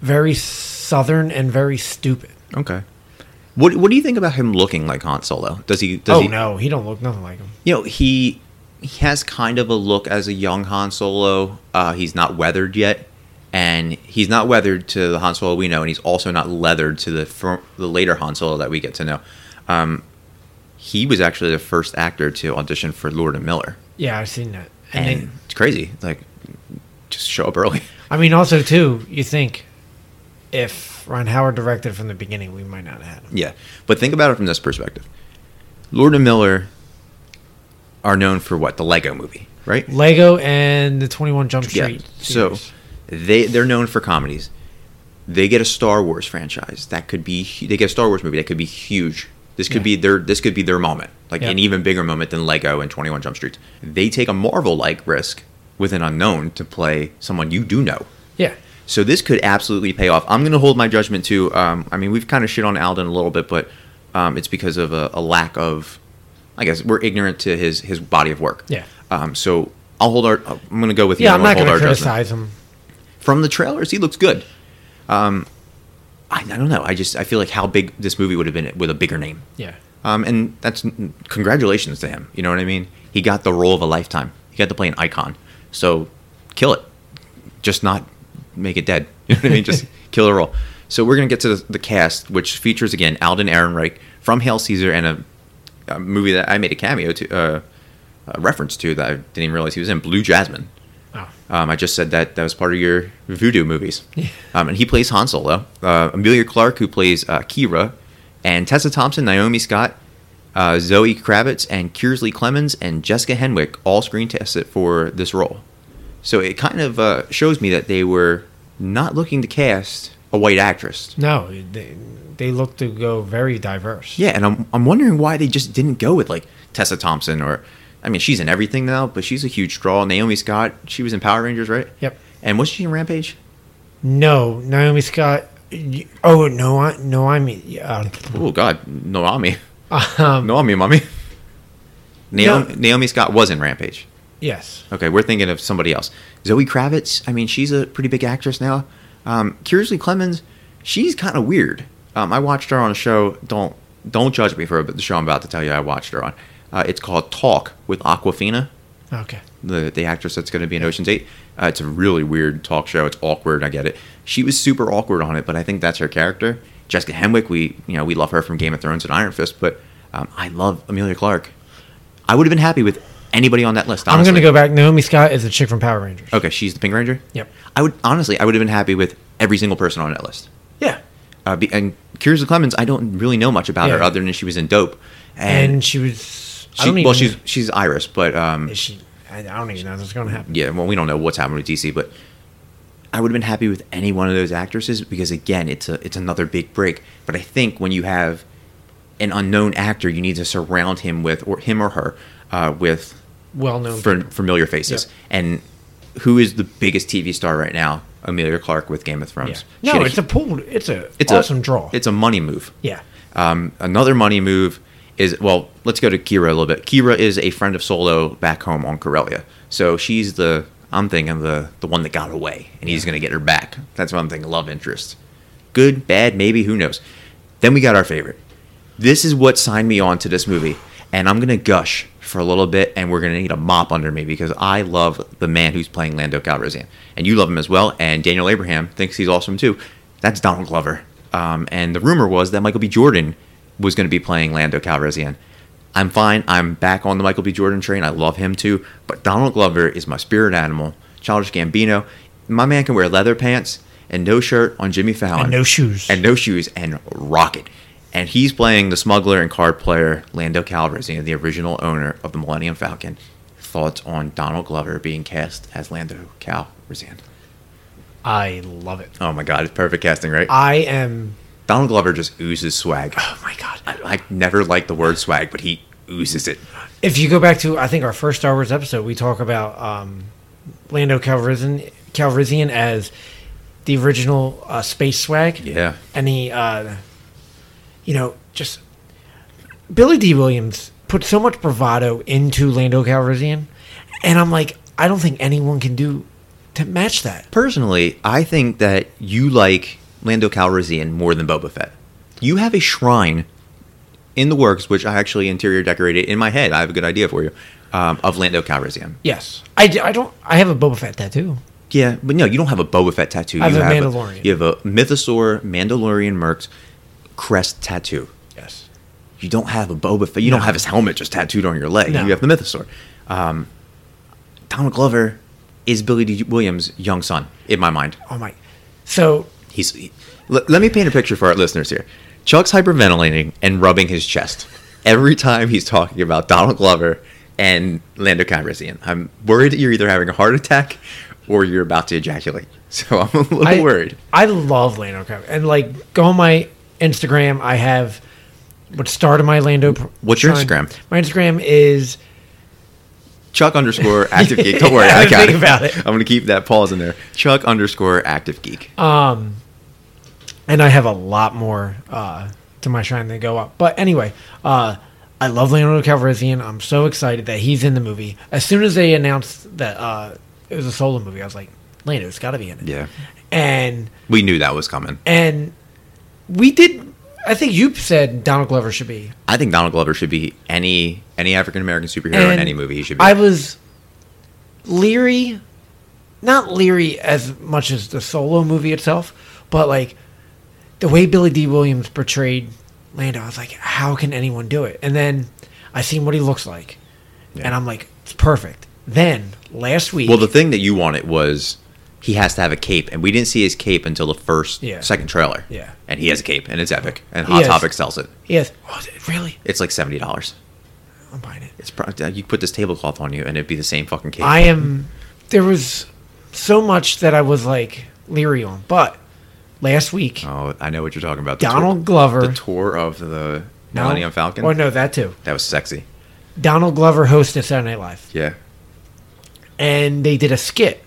very southern and very stupid. okay. What What do you think about him looking like Han Solo? Does he? Does oh he, no, he don't look nothing like him. You know he he has kind of a look as a young Han Solo. Uh, he's not weathered yet, and he's not weathered to the Han Solo we know, and he's also not leathered to the fir- the later Han Solo that we get to know. Um, he was actually the first actor to audition for Lord and Miller, Yeah, I've seen that. and, And, they- it's crazy. Like, just show up early. I mean, also too, you think if Ron Howard directed from the beginning, we might not have had him. Yeah, but think about it from this perspective. Lord and Miller are known for what the Lego Movie, right? Lego and the Twenty One Jump Yeah. Street. So series. they they're known for comedies. They get a Star Wars franchise that could be hu- they get a Star Wars movie that could be huge. This could be their this could be their moment, like Yeah. an even bigger moment than Lego and Twenty One Jump Street. They take a Marvel like risk with an unknown to play someone you do know. Yeah. So this could absolutely pay off. I'm going to hold my judgment to. Um, I mean, we've kind of shit on Alden a little bit, but um, it's because of a, a lack of. I guess we're ignorant to his his body of work. Yeah. Um, so I'll hold our. I'm going to go with you. Yeah, I'm I'm gonna not going to hold our judgment. criticize him. From the trailers, he looks good. Um, I, I don't know. I just I feel like how big this movie would have been with a bigger name. Yeah. Um, and that's congratulations to him. You know what I mean? He got the role of a lifetime. He got to play an icon. So kill it. Just not make it dead. You know what I mean? Just kill the role. So we're gonna get to the, the cast, which features again Alden Ehrenreich from Hail Caesar and a, a movie that I made a cameo to, uh, a reference to that I didn't even realize he was in Blue Jasmine. Oh. Um, I just said that that was part of your voodoo movies. Um, and he plays Han Solo. Uh, Amelia Clark, who plays uh, Kira, and Tessa Thompson, Naomi Scott, uh, Zoe Kravitz, and Kiersley Clemens, and Jessica Henwick all screen tested for this role. So it kind of uh, shows me that they were not looking to cast a white actress. No, they, they look to go very diverse. Yeah, and I'm, I'm wondering why they just didn't go with like Tessa Thompson or, I mean, she's in everything now, but she's a huge draw. Naomi Scott, she was in Power Rangers, right? Yep. And was she in Rampage? No, Naomi Scott. y- Oh no, I no, I mean, uh, Oh God, Noami, um, Noami, mommy. Naomi, Yeah. Naomi Scott was in Rampage. yes, Okay, we're thinking of somebody else. Zoe Kravitz. I mean, she's a pretty big actress now. Um, Curiously, Clemens. She's kind of weird. Um, I watched her on a show. Don't don't judge me for the show I'm about to tell you. I watched her on. Uh, it's called Talk with Aquafina okay, the the actress that's going to be in Ocean's Eight. Uh, it's a really weird talk show. It's awkward. I get it. She was super awkward on it, but I think that's her character. Jessica Henwick, we you know we love her from Game of Thrones and Iron Fist, but um, I love Amelia Clark. I would have been happy with anybody on that list. I'm Honestly. gonna go back. Naomi Scott is the chick from Power Rangers. Okay, she's the Pink Ranger. Yep. I would honestly, I would have been happy with every single person on that list. Yeah, Uh, be, and Kiersey Clemens, I don't really know much about her Yeah. other than she was in Dope, and, and she was. I she, don't even, well, she's she's Iris, but um, is she. I I don't even know what's gonna happen. yeah, well, we don't know what's happening with DC, but I would have been happy with any one of those actresses because again, it's a it's another big break. But I think when you have an unknown actor, you need to surround him with or him or her uh, with Well known. fam- familiar faces. And who is the biggest TV star right now? Amelia Clark with Game of yeah. Thrones. She No, had it's a pool. It's a it's a- awesome draw. It's a money move. yeah, Um, another money move is well, let's go to Kira a little bit. Kira is a friend of Solo back home on Corellia, so she's the I'm thinking the the one that got away, and he's gonna get her back. That's what I'm thinking. Love interest, good, bad, maybe who knows. Then we got our favorite. This is what signed me on to this movie, and I'm gonna gush for a little bit, and we're gonna need a mop under me because I love the man who's playing Lando Calrissian, and you love him as well. And Daniel Abraham thinks he's awesome too. That's Donald Glover. Um, and the rumor was that Michael B. Jordan was going to be playing Lando Calrissian. I'm fine. I'm back on the Michael B. Jordan train. I love him too. But Donald Glover is my spirit animal. Childish Gambino. My man can wear leather pants and no shirt on Jimmy Fallon. And no shoes. And no shoes and rock it. And he's playing the smuggler and card player Lando Calrissian, the original owner of the Millennium Falcon. Thoughts on Donald Glover being cast as Lando Calrissian? I love it. Oh my God, it's perfect casting, right? I am. Donald Glover just oozes swag. Oh my god. I, I never liked the word swag, but he oozes it. if you go back to I think our first Star Wars episode, we talk about um, Lando Calrissian, Calrissian as the original uh, space swag. Yeah. and he, uh, you know, just Billy D. Williams put so much bravado into Lando Calrissian, and I'm like, I don't think anyone can do to match that. Personally, I think that you like Lando Calrissian more than Boba Fett. You have a shrine in the works, which I actually interior decorated in my head. I have a good idea for you um, of Lando Calrissian. Yes, I, d- I don't. I have a Boba Fett tattoo. Yeah, but no, you don't have a Boba Fett tattoo. I have you a Mandalorian. you have a Mythosaur Mandalorian Mercs crest tattoo. Yes. you don't have a Boba Fett. You No. don't have his helmet just tattooed on your leg. No. You have the Mythosaur. Um, Donald Glover is Billy D. Williams' young son in my mind. Oh my. So He's. he- let- let me paint a picture for our listeners here. Chuck's hyperventilating and rubbing his chest every time he's talking about Donald Glover and Lando Calrissian. I'm worried that you're either having a heart attack or you're about to ejaculate. So I'm a little I, worried. I love Lando Calrissian, and like go on my Instagram. I have What started my Lando? pr- What's your Prime- Instagram? My Instagram is Chuck underscore active geek. Don't worry, I, I didn't got think it. about it. I'm gonna keep that pause in there. Chuck underscore active geek. Um, and I have a lot more uh, to my shrine to go up. But anyway, uh, I love Leonardo Calrissian. I'm so excited that he's in the movie. As soon as they announced that uh, it was a solo movie, I was like, Leonardo's got to be in it. yeah, And we knew that was coming. and we did. I think you said Donald Glover should be I think Donald Glover should be any any African American superhero in And any movie. He should be. I was leery, not leery as much as the solo movie itself, but like the way Billy D. Williams portrayed Lando, I was like, how can anyone do it? And then I seen what he looks like, and I'm like, it's perfect. Then last week, well, the thing that you wanted was he has to have a cape, and we didn't see his cape until the first Yeah. second trailer. Yeah. and he has a cape, and it's epic. And Hot has- Topic sells it. yes, oh, is it really, It's like seventy dollars. I'm buying it. It's probably you put this tablecloth on you, and it'd be the same fucking cape. I am. There was so much that I was like leery on, but last week, Oh, I know what you're talking about. The Donald tour, Glover. the tour of the No. Millennium Falcon. Oh no, that too. That was sexy. Donald Glover hosted Saturday Night Live. Yeah. and they did a skit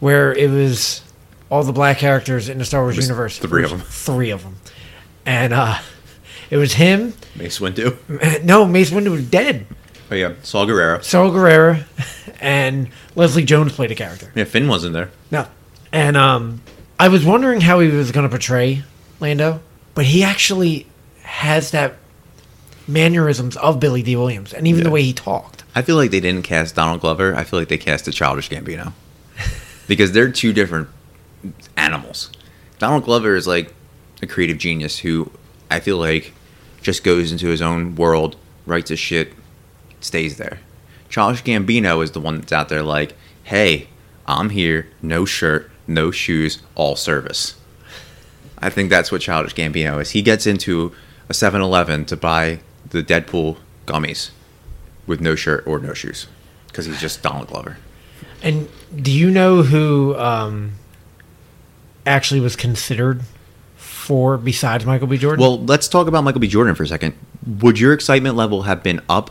where it was all the black characters in the Star Wars was universe. three It of was 'em. Three of them, and uh, it was him. Mace Windu. No, Mace Windu was dead. Oh yeah, Saul Guerrero. Saul Guerrero and Leslie Jones played a character. Yeah, Finn wasn't there. No, and um, I was wondering how he was going to portray Lando, but he actually has that mannerisms of Billy D. Williams, and even the Yeah. way he talked. I feel like they didn't cast Donald Glover. I feel like they cast a childish Gambino because they're two different animals. Donald Glover is like a creative genius who I feel like just goes into his own world, writes his shit, stays there. Childish Gambino is the one that's out there like, hey, I'm here, no shirt, no shoes, all service. I think that's what Childish Gambino is. He gets into a 7 Eleven to buy the Deadpool gummies with no shirt or no shoes because he's just Donald Glover. And do you know who um, actually was considered for besides Michael B. Jordan? Well, let's talk about Michael B. Jordan for a second. Would your excitement level have been up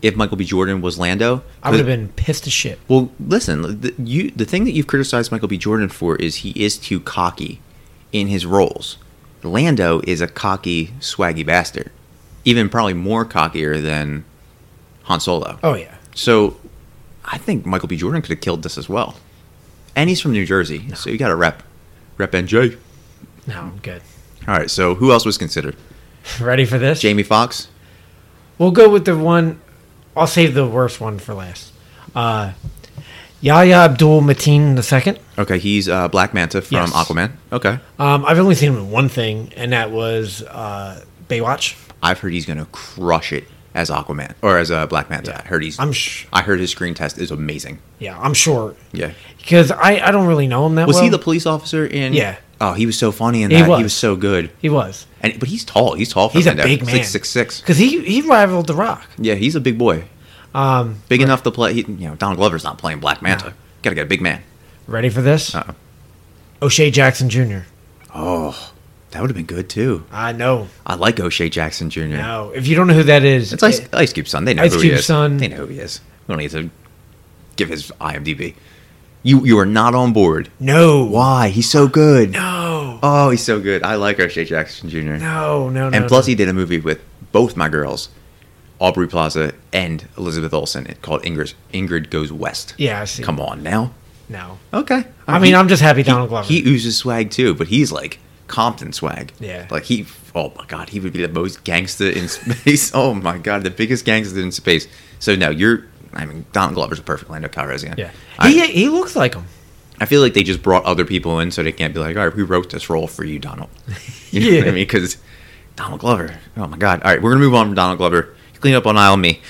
if Michael B. Jordan was Lando? I would have been pissed as shit. Well, listen, the, you the thing that you've criticized Michael B. Jordan for is he is too cocky in his roles. Lando is a cocky, swaggy bastard, even probably more cockier than Han Solo. Oh yeah, So, I think Michael B. Jordan could have killed this as well. And he's from New Jersey, so you got to rep, rep NJ. no, I'm good. All right, so who else was considered? Ready for this? Jamie Foxx? We'll go with the one. I'll save the worst one for last. Uh, Yahya Abdul Mateen II. Okay, he's uh, Black Manta from Yes. Aquaman. Okay. Um, I've only seen him in one thing, and that was uh, Baywatch. I've heard he's going to crush it as Aquaman or as uh, Black Manta. I heard he's I'm sh- I heard his screen test is amazing. Yeah, I'm sure. Yeah. Because I, I don't really know him that Was well. he the police officer in Yeah. Oh, he was so funny in He that. He was, was. so good. He was. And but he's tall. He's tall for He's a Lando. big He's man. Like Oh, uh, six six. Because he, he rivaled The Rock. Yeah, he's a big boy. Um, Big enough to play he, you know, Donald Glover's not playing Black Manta. Got to get a big man. ready for this? Uh-oh. O'Shea Jackson Jr. Oh, that would have been good too. I know. I like O'Shea Jackson Jr. No, if you don't know who that is, It's Ice, it- Ice Cube's son. They know Ice who he Cube's is. son. They know who he is. We don't need to give his IMDb. You you are not on board. no, Why? He's so good. no, Oh, he's so good. I like O'Shea Jackson Jr. no, no, no. and plus, no. he did a movie with both my girls, Aubrey Plaza and Elizabeth Olsen. It called Ingrid Ingrid Goes West. yeah, I see. Come on now. no. Okay. I mean, I'm just happy Donald Glover. He oozes swag too, but he's like Compton swag. Yeah. Like he, oh my God, he would be the most gangster in space. oh my God, the biggest gangster in space. So no, you're. I mean, Donald Glover's a perfect Lando Calrissian. yeah, I, he he looks like him. I feel like they just brought other people in so they can't be like, all right, we wrote this role for you, Donald. You know Yeah. what I mean? Because Donald Glover. Oh my God. All right, we're gonna move on from Donald Glover. Clean up on aisle me.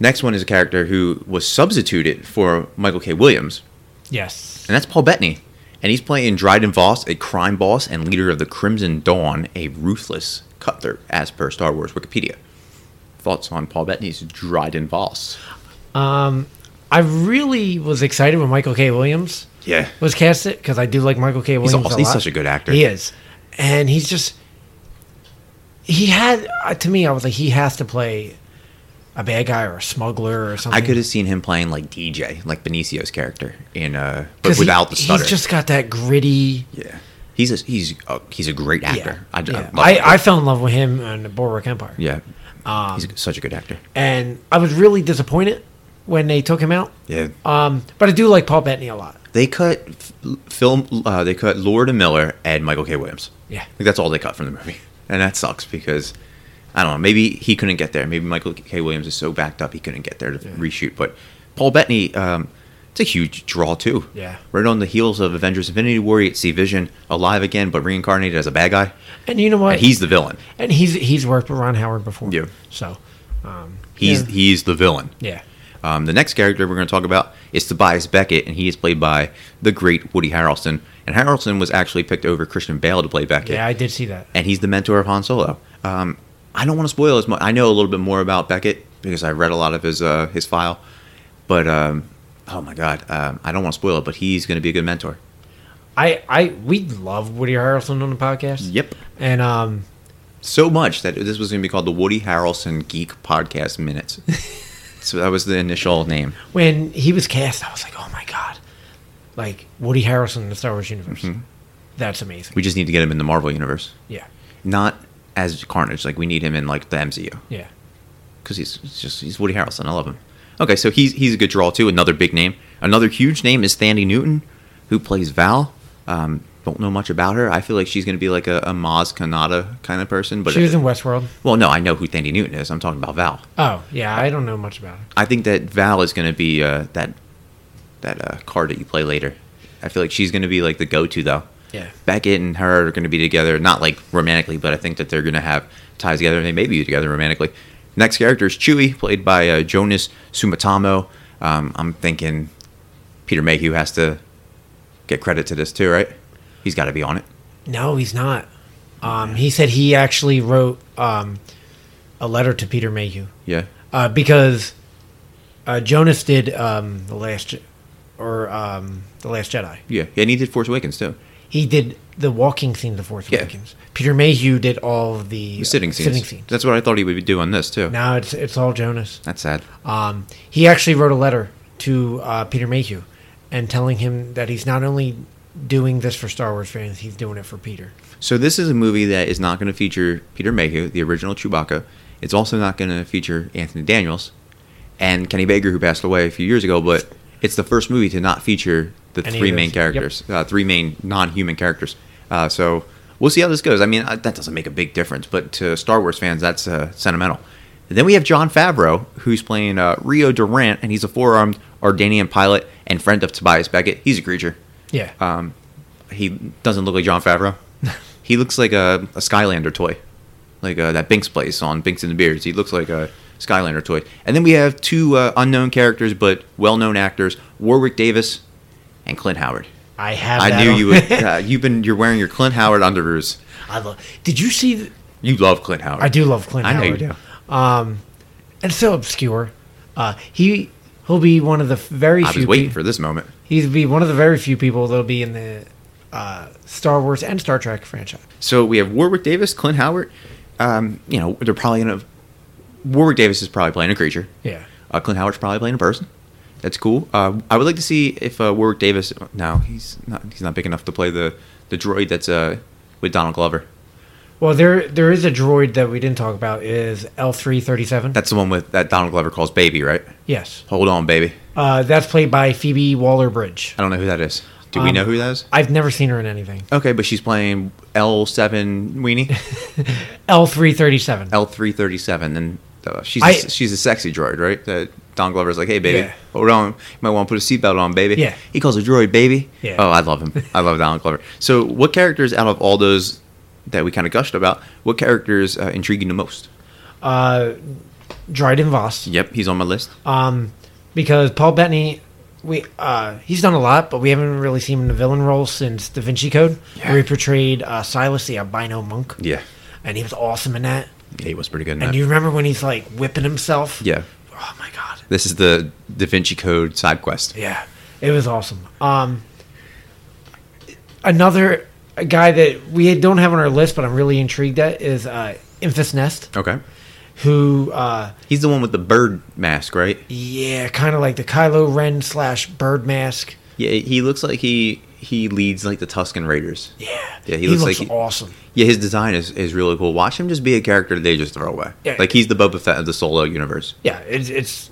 Next one is a character who was substituted for Michael K. Williams Yes, and that's Paul Bettany. And he's playing Dryden Voss, a crime boss and leader of the Crimson Dawn, a ruthless cutthroat, as per Star Wars Wikipedia. Thoughts on Paul Bettany's Dryden Voss? I really was excited when Michael K. Williams Yeah. was casted because I do like Michael K. Williams. awesome. a He's lot. such a good actor. He is, and he's just he had uh, to me. I was like, he has to play a bad guy or a smuggler or something. I could have seen him playing like DJ, like Benicio's character in uh, but 'Cause he- without the stutter. He's just got that gritty. yeah, he's a, he's a, he's a great Yeah, actor. I, ju- I yeah. love I, him. I fell in love with him on the Borwick Empire. yeah, he's Um, a- such a good actor. and I was really disappointed when they took him out. Yeah, Um, but I do like Paul Bettany a lot. they cut f- film. Uh, they cut Lord and Miller and Michael K. Williams. Yeah. like, that's all they cut from the movie, and that sucks because I don't know. Maybe he couldn't get there. Maybe Michael K. Williams is so backed up he couldn't get there to reshoot. But Paul Bettany, um, it's a huge draw too. Yeah. right on the heels of Avengers: Infinity War, you see Vision alive again, but reincarnated as a bad guy. And you know what? And he's the villain. and he's he's worked with Ron Howard before. Yeah. So, um, He's yeah. he's the villain. yeah. Um, the next character we're going to talk about is Tobias Beckett, and he is played by the great Woody Harrelson. And Harrelson was actually picked over Christian Bale to play Beckett, Yeah, I did see that. and he's the mentor of Han Solo. Um, I don't want to spoil as much. I know a little bit more about Beckett because I read a lot of his uh, his file, but um, oh my god, um, I don't want to spoil it. But he's going to be a good mentor. I, I we love Woody Harrelson on the podcast. Yep. And um, so much that this was going to be called the Woody Harrelson Geek Podcast Minutes. so that was the initial name. when he was cast, I was like, oh my god, like Woody Harrelson in the Star Wars universe. That's amazing. We just need to get him in the Marvel universe. yeah. not as Carnage. Like we need him in like the MCU Yeah. because he's, he's just he's Woody Harrelson. I love him. Okay, so he's he's a good draw too. Another big name. Another huge name is Thandi Newton, who plays Val. Um, don't know much about her. I feel like she's gonna be like a, a Maz Kanata kind of person. But She was in Westworld. well, no, I know who Thandi Newton is. I'm talking about Val. Oh yeah, I don't know much about her. I think that Val is gonna be uh, that that uh, card that you play later. I feel like she's gonna be like the go-to though. Yeah. Beckett and her are going to be together, not like romantically, but I think that they're going to have ties together and they may be together romantically. Next character is Chewie, played by uh, Jonas Sumatamo. Um, I'm thinking Peter Mayhew has to get credit to this too, right? He's got to be on it. No, he's not. Um, he said he actually wrote um, a letter to Peter Mayhew Yeah. uh, because uh, Jonas did um, the last Je- or um, the Last Jedi. Yeah. And he did Force Awakens too. He did the walking scene, of the Force Yeah. Awakens. Peter Mayhew did all of the, The sitting uh, scenes. That's what I thought he would do on this too. Now it's it's all Jonas. That's sad. Um, he actually wrote a letter to uh, Peter Mayhew and telling him that he's not only doing this for Star Wars fans, he's doing it for Peter. So this is a movie that is not going to feature Peter Mayhew, the original Chewbacca. It's also not going to feature Anthony Daniels and Kenny Baker, who passed away a few years ago. But it's the first movie to not feature the Any three of main those, yep. characters, uh, three main non-human characters. Uh, so we'll see how this goes. I mean, uh, that doesn't make a big difference, but to Star Wars fans, that's uh, sentimental. And then we have John Favreau, who's playing uh, Rio Durant, and he's a four-armed Ardanian pilot and friend of Tobias Beckett. He's a creature. Yeah. Um, he doesn't look like John Favreau. he looks like a, a Skylander toy, like uh, that Binks place on Binks and the Beards. He looks like a Skylander toy. And then we have two uh, unknown characters but well-known actors: Warwick Davis and Clint Howard. I have. I that knew on- you would. Uh, you've been. You're wearing your Clint Howard underoos. I love. Did you see? th- You love Clint Howard. I do love Clint I know Howard. you do. Um, and it's so obscure. Uh, he he'll be one of the f- very I few. was waiting peop- for this moment. He'll be one of the very few people that'll be in the uh, Star Wars and Star Trek franchise. So we have Warwick Davis, Clint Howard. Um, you know, they're probably gonna. Warwick Davis is probably playing a creature. Yeah. Uh, Clint Howard's probably playing a person. That's cool. Uh, I would like to see if uh, Warwick Davis. No, he's not. He's not big enough to play the the droid that's uh, with Donald Glover. Well, there there is a droid that we didn't talk about. Is L three thirty seven? That's the one with that Donald Glover calls baby, right? Yes. Hold on, baby. Uh, that's played by Phoebe Waller Bridge. I don't know who that is. Do we Um, know who that is? I've never seen her in anything. Okay, but she's playing L seven weenie, L three thirty seven. L three thirty seven, and uh, she's I- a, she's a sexy droid, right? That Don Glover's like, hey baby, Yeah. hold on, you might want to put a seatbelt on, baby. Yeah. He calls a droid baby. Yeah. Oh, I love him. I love Donald Glover. So, what characters out of all those that we kind of gushed about, what characters uh, intrigue you the most? Uh, Dryden Voss. Yep, he's on my list. um, because Paul Bettany, we uh, he's done a lot, but we haven't really seen him in a villain role since Da Vinci Code, where he portrayed uh, Silas, the albino monk, yeah. and he was awesome in that. Yeah, he was pretty good. In And that. you remember when he's like whipping himself? yeah, Oh my god. this is the Da Vinci Code side quest. Yeah, it was awesome. Um, another guy that we don't have on our list, but I'm really intrigued at is uh, Infus Nest, Okay. who uh, He's the one with the bird mask, right? yeah, kind of like the Kylo Ren slash Bird Mask. Yeah, he looks like he he leads like the Tuscan Raiders. Yeah, Yeah, he he looks looks, like he- awesome. Yeah, his design is, is really cool. Watch him just be a character they just throw away. Yeah. Like he's the Boba Fett of the Solo universe. yeah, it's, it's.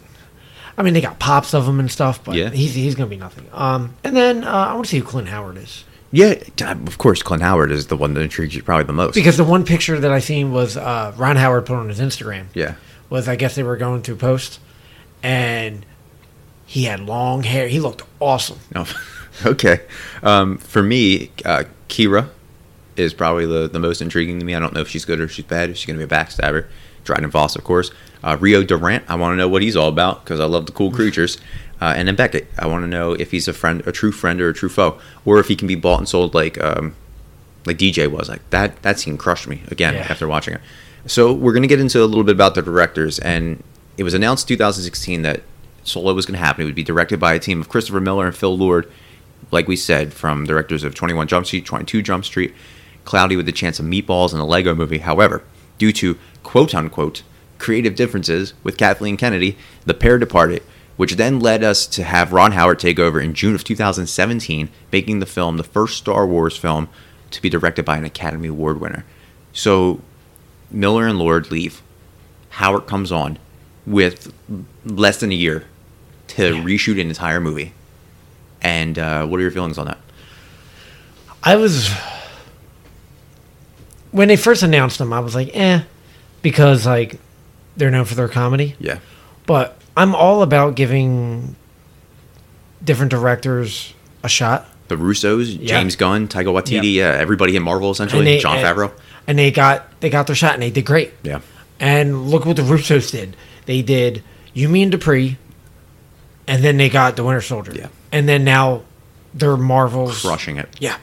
I mean, they got pops of him and stuff, but Yeah. he's he's gonna be nothing. Um, and then uh, I want to see who Clint Howard is Yeah, t- of course, Clint Howard is the one that intrigues you probably the most. because the one picture that I seen was uh, Ron Howard put on his Instagram. yeah, was I guess they were going through post, and he had long hair. He looked awesome. no, okay. Um, for me, uh, Kira is probably the, the most intriguing to me. I don't know if she's good or if she's bad. If she's going to be a backstabber, Dryden Voss, of course. Uh, Rio Durant, I want to know what he's all about because I love the cool creatures. Uh, and then Beckett, I want to know if he's a friend, a true friend, or a true foe, or if he can be bought and sold like um, like DJ was like that that scene crushed me again Yeah. after watching it. So we're gonna get into a little bit about the directors and it was announced 2016 that Solo was gonna happen. It would be directed by a team of Christopher Miller and Phil Lord, like we said, from directors of 21 Jump Street, 22 Jump Street, Cloudy with a Chance of Meatballs, and a Lego Movie. However, due to quote unquote creative differences with Kathleen Kennedy, the pair departed. Which then led us to have Ron Howard take over in June of 2017, making the film the first Star Wars film to be directed by an Academy Award winner. So Miller and Lord leave. Howard comes on with less than a year to reshoot an entire movie. And uh, what are your feelings on that? I was when they first announced him, I was like, eh, because like they're known for their comedy. Yeah. But I'm all about giving different directors a shot. The Russos, Yeah. James Gunn, Taika Waititi, yeah, everybody in Marvel essentially, John Favreau. And they got they got their shot and they did great. Yeah. And look what the Russos did. They did Yumi and Dupree, and then they got the Winter Soldier. Yeah. And then now they're Marvel's. Crushing it. Yeah.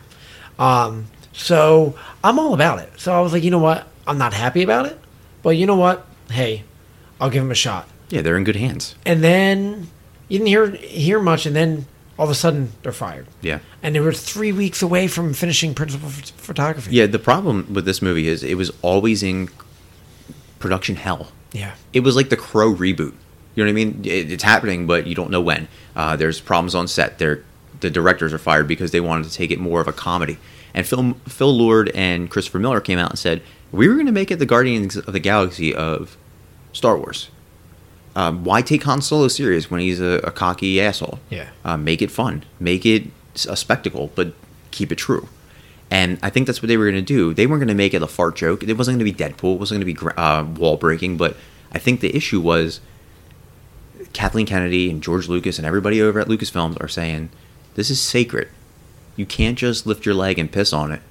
Um, so I'm all about it. So I was like, you know what? I'm not happy about it, but you know what? Hey, I'll give him a shot. Yeah, they're in good hands. And then you didn't hear hear much, and then all of a sudden they're fired. Yeah. And they were three weeks away from finishing principal ph- photography. Yeah, the problem with this movie is it was always in production hell. Yeah. it was like the Crow reboot. You know what I mean? It, it's happening, but you don't know when. Uh, there's problems on set. They're, the directors are fired because they wanted to take it more of a comedy. And Phil, Phil Lord and Christopher Miller came out and said, We were going to make it the Guardians of the Galaxy of Star Wars. Um, why take Han Solo serious when he's a, a cocky asshole? Yeah. Uh, make it fun. Make it s- a spectacle, but keep it true. And I think that's what they were going to do. They weren't going to make it a fart joke. It wasn't going to be Deadpool. It wasn't going to be gra- uh, wall breaking. But I think the issue was Kathleen Kennedy and George Lucas and everybody over at Lucasfilms are saying this is sacred. You can't just lift your leg and piss on it.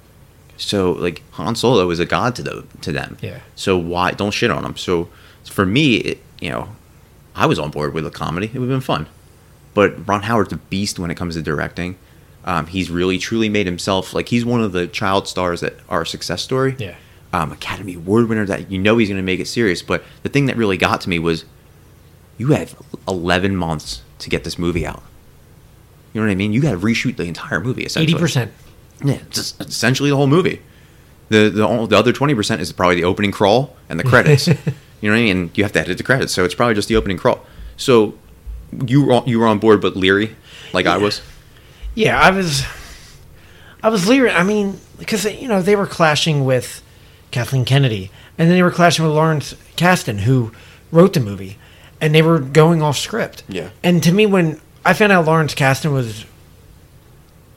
So like Han Solo is a god to the to them. Yeah. So why don't shit on him? So for me, it, you know, I was on board with a comedy. It would have been fun. But Ron Howard's a beast when it comes to directing. Um, he's really truly made himself like he's one of the child stars that are a success story. Yeah. Um, Academy Award winner that you know he's going to make it serious. But the thing that really got to me was you have 11 months to get this movie out. You know what I mean? You got to reshoot the entire movie essentially. Eighty percent. Yeah, just essentially the whole movie. The the, all- the other twenty percent is probably the opening crawl and the credits. you know what I mean? And you have to edit the credits, so it's probably just the opening crawl. So you were on, you were on board, but leery, like I was. Yeah, I was, I was leery. I mean, because you know they were clashing with Kathleen Kennedy, and then they were clashing with Lawrence Kasdan, who wrote the movie, and they were going off script. Yeah. And to me, when I found out Lawrence Kasdan was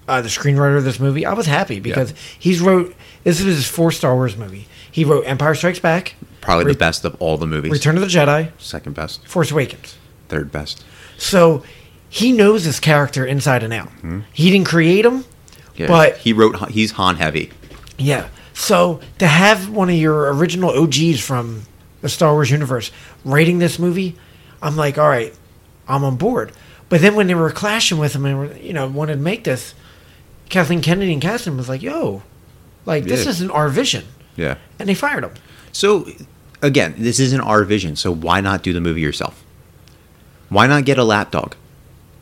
uh, the screenwriter of this movie, I was happy because he's wrote this is his fourth Star Wars movie. He wrote Empire Strikes Back, Probably Re- the best of all the movies. Return of the Jedi, Second best, Force Awakens. third best. So he knows his character inside and out. He didn't create him, Mm-hmm. Yeah, but he wrote Han- he's Han heavy. Yeah. So to have one of your original OGs from the Star Wars universe rating this movie, I'm like, all right, I'm on board. But then when they were clashing with him and were, you know wanted to make this, Kathleen Kennedy and Kasdan was like, yo, like this Yeah. isn't our vision, Yeah. and they fired him. So again, this isn't our vision, so why not do the movie yourself? Why not get a lapdog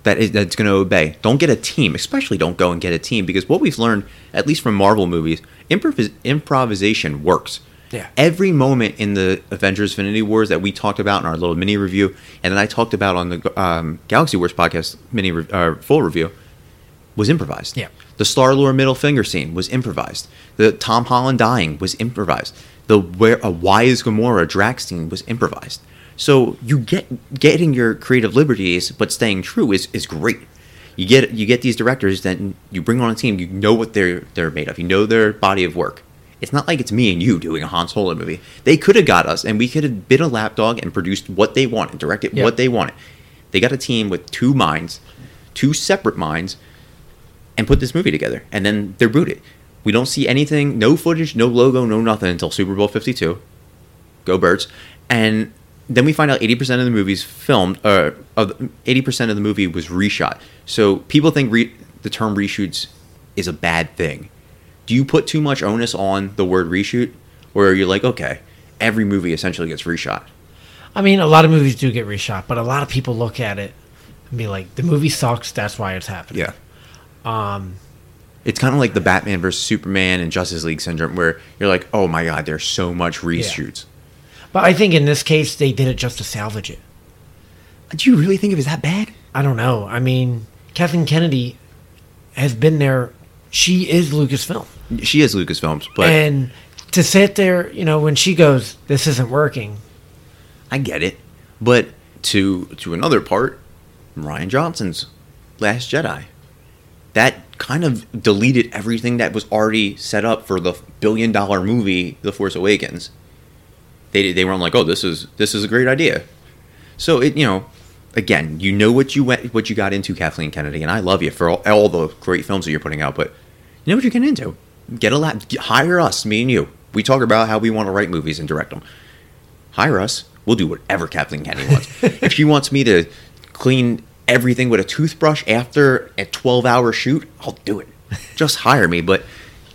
that is that's going to obey? Don't get a team, especially don't go and get a team because what we've learned at least from Marvel movies, improvis- improvisation works. Yeah. Every moment in the Avengers: Infinity Wars that we talked about in our little mini review, and then I talked about on the um, Galaxy Wars podcast mini re- uh, full review, was improvised. Yeah. The Star Lord middle finger scene was improvised. The Tom Holland dying was improvised. The where a why is Gamora Drax scene was improvised. So you get getting your creative liberties, but staying true is, is great. You get you get these directors that you bring on a team. You know what they're they're made of. You know their body of work. It's not like it's me and you doing a Han Solo movie. They could have got us, and we could have been a lapdog and produced what they wanted, directed Yeah. what they wanted. They got a team with two minds, two separate minds, and put this movie together. And then they're booted. We don't see anything, no footage, no logo, no nothing until Super Bowl 52. Go Birds. And then we find out 80% of the movie's filmed, uh, of 80% of the movie was reshot. So people think re- the term reshoots is a bad thing. Do you put too much onus on the word reshoot? Or are you like, okay, every movie essentially gets reshot? I mean, a lot of movies do get reshot, but a lot of people look at it and be like, "The movie sucks. That's why it's happening." It's kind of like the Batman versus Superman and Justice League syndrome, where you're like, oh my god, there's so much reshoots. But I think in this case, they did it just to salvage it. Do you really think it was that bad? I don't know. I mean, Kathleen Kennedy has been there. She is Lucasfilm. She is Lucasfilms, but and to sit there, you know, when she goes, this isn't working. I get it. But to to another part, Ryan Johnson's Last Jedi, that kind of deleted everything that was already set up for the billion dollar movie, The Force Awakens. They they weren't like, oh, this is this is a great idea. So it you know, again, you know what you went what you got into, Kathleen Kennedy, and I love you for all, all the great films that you're putting out, but you know what you're getting into. Get a lab, hire us, me and you. We talk about how we want to write movies and direct them hire us. We'll do whatever Kathleen Kennedy wants. if she wants me to clean everything with a toothbrush after a 12 hour shoot, I'll do it. Just hire me. But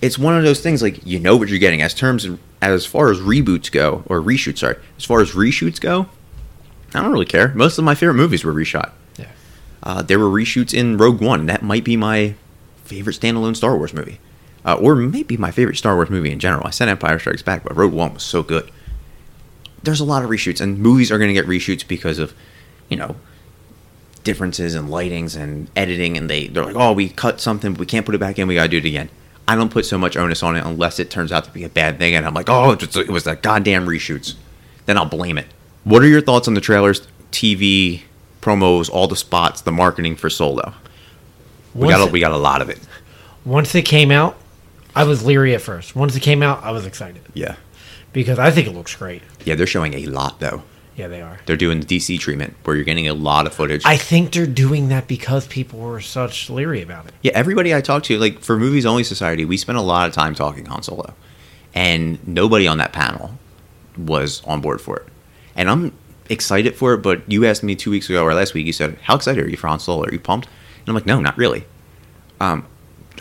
it's one of those things like you know what you're getting. As terms as far as reboots go, or reshoots, sorry, as far as reshoots go, I don't really care. Most of my favorite movies were reshot. Yeah. Uh, there were reshoots in Rogue One. That might be my favorite standalone Star Wars movie, uh, or maybe my favorite Star Wars movie in general. I said Empire Strikes Back, but Rogue One was so good. There's a lot of reshoots, and movies are going to get reshoots because of, you know, differences in lightings and editing, and they they're like, oh, we cut something, but we can't put it back in. We got to do it again. I don't put so much onus on it unless it turns out to be a bad thing, and I'm like, oh, it's- it was the goddamn reshoots. Then I'll blame it. What are your thoughts on the trailers, TV promos, all the spots, the marketing for Solo? We Once got a, it- we got a lot of it. Once it came out, I was leery at first. Once it came out, I was excited Yeah. because I think it looks great. Yeah, they're showing a lot though. Yeah, they are. They're doing the DC treatment where you're getting a lot of footage. I think they're doing that because people were such leery about it. yeah, everybody I talked to, like for Movies Only Society, we spent a lot of time talking Han Solo, and nobody on that panel was on board for it. And I'm excited for it, but you asked me two weeks ago or last week, you said, "How excited are you for Han Solo? Are you pumped?" And I'm like, "No, not really. Um,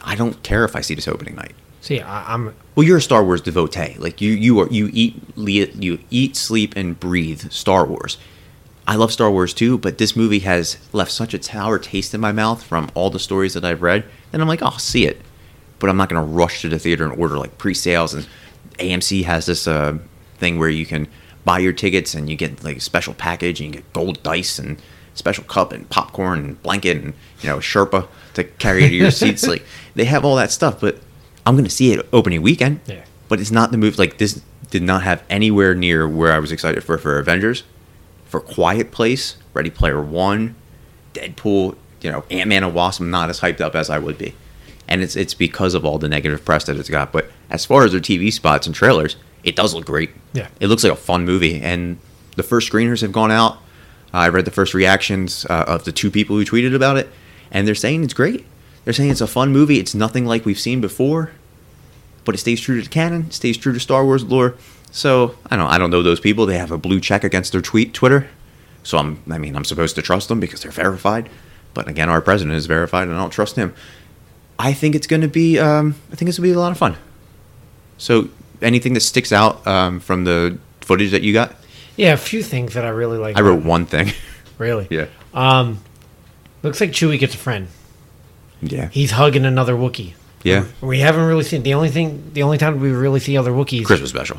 I don't care if I see this opening night." See, I, I'm Well, you're a Star Wars devotee. Like you, you are you eat le- you eat, sleep, and breathe Star Wars. I love Star Wars too, but this movie has left such a sour taste in my mouth from all the stories that I've read. And I'm like, I'll see it, but I'm not going to rush to the theater and order like pre-sales. And AMC has this uh, thing where you can buy your tickets and you get like a special package and you get gold dice and special cup and popcorn and blanket and you know Sherpa to carry to your seats. Like they have all that stuff, but I'm going to see it opening weekend. Yeah. But it's not the move. Like this did not have anywhere near where I was excited for for Avengers for Quiet Place, Ready Player One, Deadpool, you know, Ant Man and Wasp, I'm not as hyped up as I would be. And it's it's because of all the negative press that it's got. But as far as their TV spots and trailers, it does look great. Yeah. It looks like a fun movie. And the first screeners have gone out. Uh, I read the first reactions uh, of the two people who tweeted about it, and they're saying it's great. They're saying it's a fun movie. It's nothing like we've seen before but it stays true to the canon, stays true to Star Wars lore. So I don't, I don't know those people. They have a blue check against their tweet Twitter, so I'm, I mean, I'm supposed to trust them because they're verified. But again, our president is verified, and I don't trust him. I think it's going to be, um, I think it's going to be a lot of fun. So anything that sticks out um, from the footage that you got, yeah, a few things that I really like. I wrote one thing. really. Um, looks like Chewie gets a friend. yeah, He's hugging another Wookiee. yeah. We haven't really seen the only thing. The only time we really see other Wookiees Christmas special.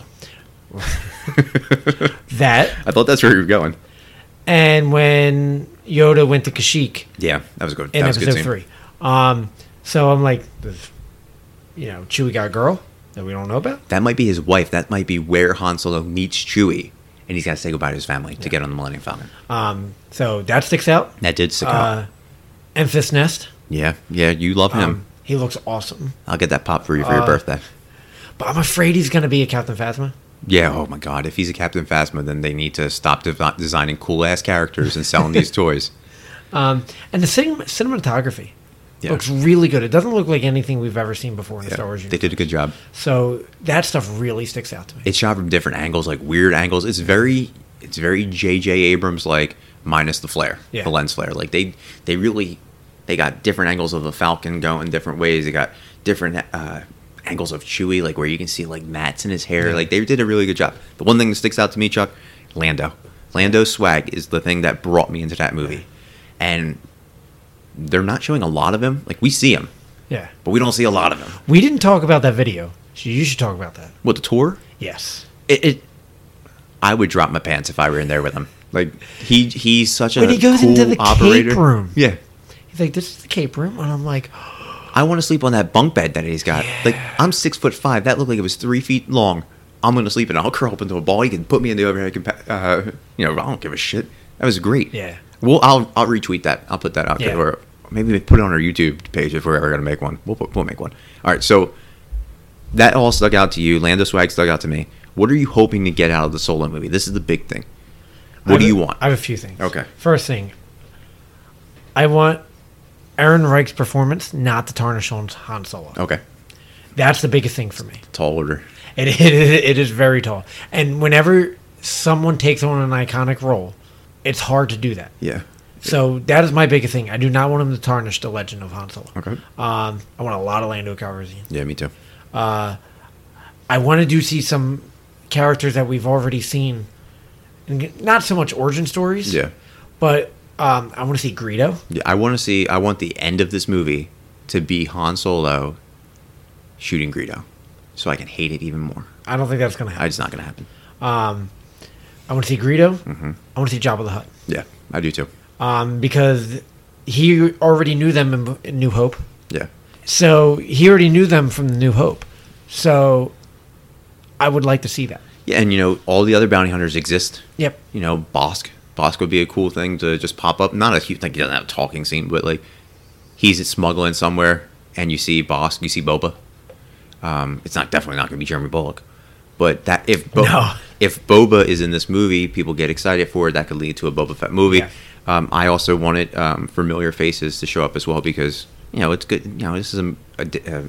that I thought that's where you were going. and when Yoda went to Kashyyyk Yeah, that was good. in that was a good episode scene. three. Um, so I'm like, this- you know, Chewie got a girl that we don't know about. That might be his wife. That might be where Han Solo meets Chewie, and he's got to say goodbye to his family to get on the Millennium Falcon. Um, so that sticks out. That did stick Uh, out. Emphas Nest. Yeah, yeah, you love him. Um, uh, he looks awesome, I'll get that pop for you for your birthday. but I'm afraid he's gonna be a Captain Phasma. Yeah. Oh my God. If he's a Captain Phasma, then they need to stop de- designing cool ass characters and selling these toys. Um, and the cin- cinematography Yeah. looks really good. It doesn't look like anything we've ever seen before in the Yeah, Star Wars they universe. did a good job. So that stuff really sticks out to me. It's shot from different angles, like weird angles. It's very, it's very J.J. Abrams like, minus the flare, Yeah. the lens flare. Like they, they really, they got different angles of the Falcon going different ways. They got different uh, angles of Chewie, like where you can see like mats in his hair. Like they did a really good job. The one thing that sticks out to me, Chuck, Lando. Lando's swag is the thing that brought me into that movie, and they're not showing a lot of him. Like we see him, yeah, but we don't see a lot of him. we didn't talk about that video. So you should talk about that. What the tour? Yes, it, it I would drop my pants if I were in there with him. Like he he's such a When he goes cool into the cape operator. room. Yeah. he's like, "This is the cape room," and I'm like, I want to sleep on that bunk bed that he's got. Like I'm six foot five. That looked like it was three feet long. I'm gonna sleep and I'll curl up into a ball. He can put me in the overhead. compa- Uh, you know, I don't give a shit. That was great. Yeah. Well, I'll I'll retweet that. I'll put that out Yeah. there, or maybe we put it on our YouTube page if we're ever gonna make one. We'll put, we'll make one. All right. So that all stuck out to you. Lando swag stuck out to me. What are you hoping to get out of the solo movie? This is the big thing. I What do have you a- want? I have a few things. Okay. First thing, I want Aaron Reich's performance not to tarnish on Han Solo. okay. That's the biggest thing for me. Tall order. It, it, it is very tall. And whenever someone takes on an iconic role, it's hard to do that. Yeah. So that is my biggest thing. I do not want him to tarnish the legend of Han Solo. Okay. Um, I want a lot of Lando Calrissian. Yeah. Me too. I want to do see some characters that we've already seen, and get- not so much origin stories. Yeah. But um, I want to see Greedo. Yeah, I want to see. I want the end of this movie to be Han Solo shooting Greedo, so I can hate it even more. I don't think that's gonna I, happen. it's not gonna happen. I, want to see Greedo. Mm-hmm. I want to see Jabba the Hutt Yeah, I do too. um, because he already knew them in B- in New Hope. Yeah, So he already knew them from the New Hope. So I would like to see that. yeah, and you know all the other bounty hunters exist. Yep. You know, Bosk. Bosk would be a cool thing to just pop up. Not a huge, like he doesn't have a talking scene, but like he's smuggling somewhere, and you see Bosk, you see Boba. Um, it's not definitely not gonna be Jeremy Bullock, but that if Bo- No. if Boba is in this movie, people get excited for it. That could lead to a Boba Fett movie. Yeah. Um, I also wanted um, familiar faces to show up as well because you know it's good. You know this is a, a di- a-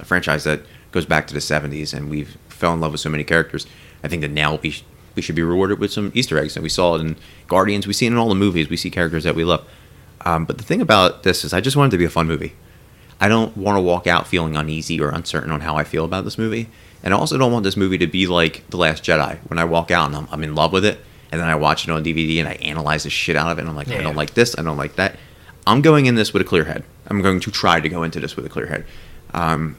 a franchise that goes back to the '70s, and we've fell in love with so many characters. I think that now we sh- we should be rewarded with some Easter eggs, and we saw it in Guardians. We see it in all the movies. We see characters that we love. Um, but the thing about this is, I just want it to be a fun movie. I don't want to walk out feeling uneasy or uncertain on how I feel about this movie. And I also don't want this movie to be like The Last Jedi when I walk out and I'm, I'm in love with it. And then I watch it on DVD and I analyze the shit out of it. And I'm like, I Yeah. don't like this. I don't like that. I'm going in this with a clear head. I'm going to try to go into this with a clear head. Um,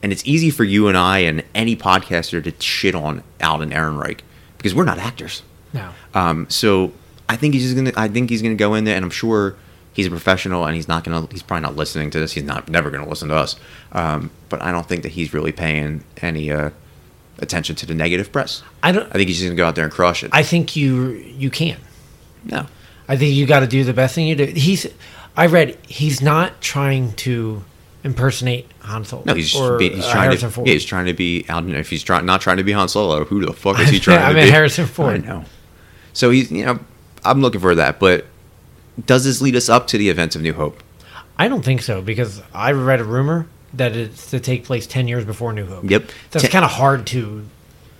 and it's easy for you and I and any podcaster to shit on Alden Ehrenreich because we're not actors. No. Um, so I think he's just gonna. I think he's gonna go in there, and I'm sure he's a professional, and he's not gonna. He's probably not listening to this. He's not never gonna listen to us. Um, but I don't think that he's really paying any uh, attention to the negative press. I don't. I think he's just gonna go out there and crush it. I think you you can. no. I think you got to do the best thing you do. He's, I read he's not trying to impersonate Han Solo. No, he's, or, just being, he's uh, trying to. Harrison Ford. Yeah, he's trying to be. I don't know if he's trying not trying to be Han Solo. Who the fuck is he trying I to mean, be? Harrison Ford. I know. So he's you know, I'm looking for that. But does this lead us up to the events of New Hope? I don't think so because I read a rumor that it's to take place ten years before New Hope. Yep. that's Ten- kind of hard to.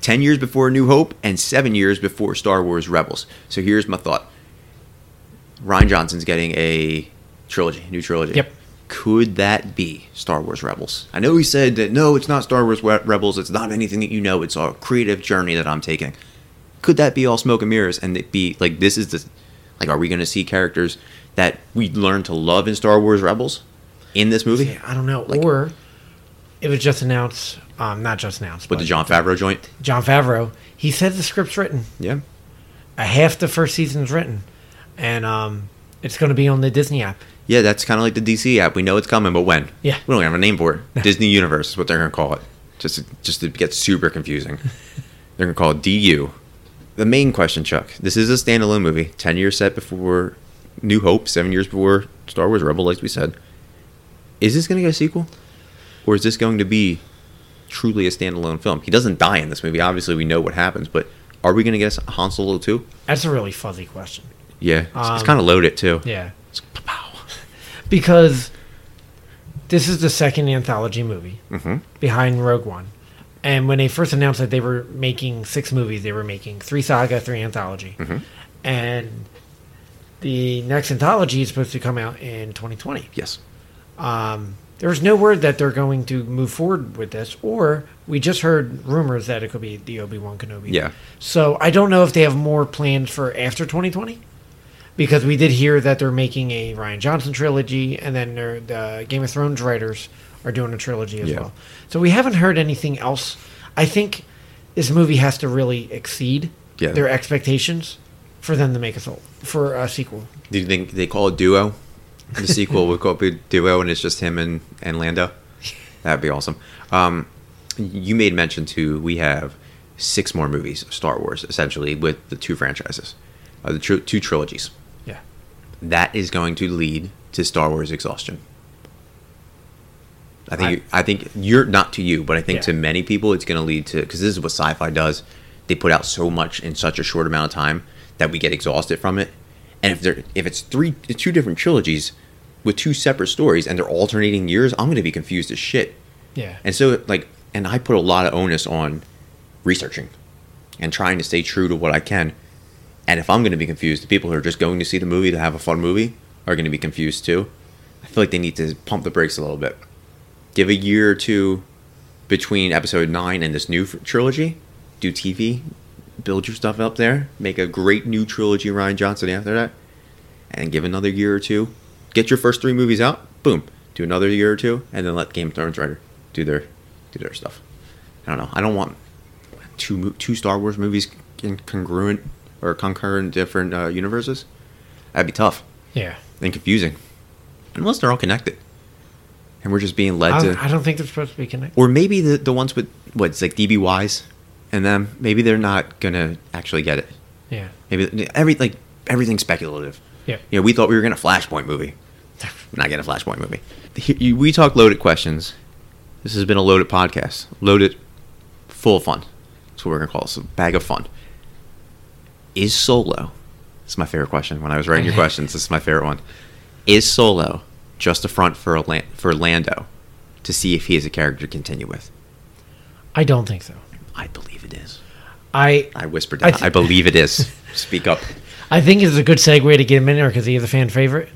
10 years before A New Hope and 7 years before Star Wars Rebels. So here's my thought. Ryan Johnson's getting a trilogy, new trilogy. Yep. Could that be Star Wars Rebels? I know he said that no, it's not Star Wars Re- Rebels. It's not anything that you know. It's a creative journey that I'm taking. Could that be all smoke and mirrors and it be like this is the like are we going to see characters that we learn to love in Star Wars Rebels in this movie? I don't know. Like- or it was just announced um, not just now, with the John Favreau joint. John Favreau. He said the script's written. Yeah. A half the first season's written, and um, it's going to be on the Disney app. Yeah, that's kind of like the DC app. We know it's coming, but when? Yeah. We don't have a name for it. Disney Universe is what they're going to call it. Just to, just to get super confusing. they're going to call it DU. The main question, Chuck this is a standalone movie, 10 years set before New Hope, seven years before Star Wars Rebel, like we said. Is this going to get a sequel? Or is this going to be truly a standalone film? He doesn't die in this movie. Obviously, we know what happens, but are we going to get a Han Solo 2? That's a really fuzzy question. Yeah. It's, it's Um, kind of loaded, too. Yeah. It's pow. because this is the second anthology movie behind Rogue One. And when they first announced that they were making six movies, they were making three saga, three anthology. And the next anthology is supposed to come out in 2020. Yes. There's no word that they're going to move forward with this, or we just heard rumors that it could be the Obi Wan Kenobi. Yeah. So I don't know if they have more plans for after 2020, because we did hear that they're making a Ryan Johnson trilogy, and then they're- the Game of Thrones writers are doing a trilogy as Yeah. well. So we haven't heard anything else. I think this movie has to really exceed Yeah. their expectations for them to make a soul, for a sequel. Do you think they call it Duo? The sequel would call it Duo, and it's just him and, and Lando. That'd be awesome. Um, you made mention to we have six more movies of Star Wars, essentially, with the two franchises, uh, the tr- two trilogies. Yeah. That is going to lead to Star Wars exhaustion. I think I, think you're not to you, but I think Yeah. to many people it's going to lead to because this is what sci-fi does. They put out so much in such a short amount of time that we get exhausted from it. And if they're if it's three two different trilogies with two separate stories and they're alternating years, I'm going to be confused as shit. Yeah. And so like and I put a lot of onus on researching and trying to stay true to what I can. And if I'm going to be confused, the people who are just going to see the movie to have a fun movie are going to be confused too. I feel like they need to pump the brakes a little bit. Give a year or two between episode 9 and this new f- trilogy. Do TV, build your stuff up there, make a great new trilogy Ryan Johnson after that and give another year or two. Get your first three movies out, boom. Do another year or two, and then let Game of Thrones writer do their do their stuff. I don't know. I don't want two mo- two Star Wars movies in congruent or concurrent different uh, universes. That'd be tough Yeah. and confusing, unless they're all connected, and we're just being led I don't, to. I don't think they're supposed to be connected. or maybe the the ones with what's like DBYs and them. Maybe they're not gonna actually get it. Yeah. Maybe every like everything's speculative. Yeah. You know, we thought we were getting a Flashpoint movie. We're not getting a Flashpoint movie. Here- you- We talk loaded questions. This has been a loaded podcast. Loaded, full of fun. That's what we're gonna call this. A bag of fun. Is Solo? This is my favorite question. When I was writing your questions, this is my favorite one. Is Solo just a front for a Lan- for Lando to see if he is a character to continue with? I don't think so. I believe it is. I I whispered. I That. I, thi- believe it is. Speak up. I think it's a good segue to get him in there because he is a fan favorite.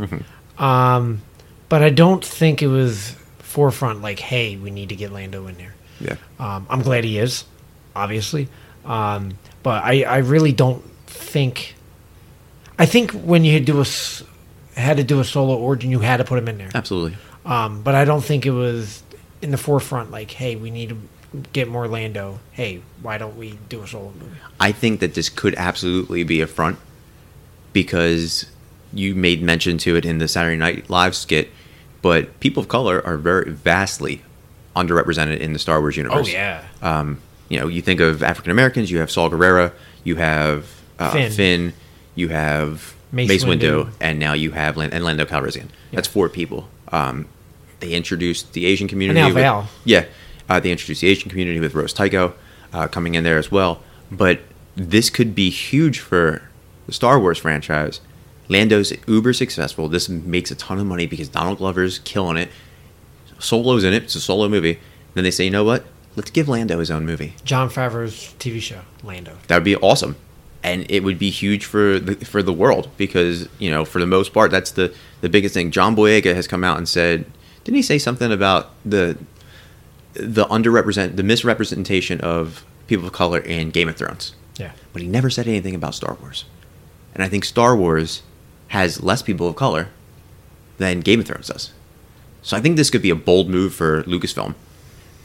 Um, but I don't think it was forefront like, hey, we need to get Lando in there. Yeah. Um, I'm glad he is, obviously. Um, but I, I really don't think. I think when you do a s- had to do a solo origin, you had to put him in there. Absolutely. Um, but I don't think it was in the forefront like, hey, we need to get more Lando. Hey, why don't we do a solo movie? I think that this could absolutely be a front because you made mention to it in the Saturday Night Live skit, but people of color are very vastly underrepresented in the Star Wars universe. Um, you know, you think of African Americans, you have Saul Guerrera, you have uh, Finn. Finn. you have Mace Mace, Windu. Windu, and now you have Lan- and Lando Calrissian. That's four people. Um, they introduced the Asian community. now with- Val. Yeah, uh, they introduced the Asian community with Rose Tycho uh, coming in there as well. But this could be huge for the Star Wars franchise. Lando's uber successful. This makes a ton of money because Donald Glover's killing it. Solo's in it. It's a solo movie. Then they say, you know what? Let's give Lando his own movie. John Favreau's TV show, Lando. That would be awesome, and it would be huge for the for the world because you know for the most part that's the the biggest thing. John Boyega has come out and said, didn't he say something about the the underrepresent the misrepresentation of people of color in Game of Thrones? Yeah. but he never said anything about Star Wars. And I think Star Wars has less people of color than Game of Thrones does. So I think this could be a bold move for Lucasfilm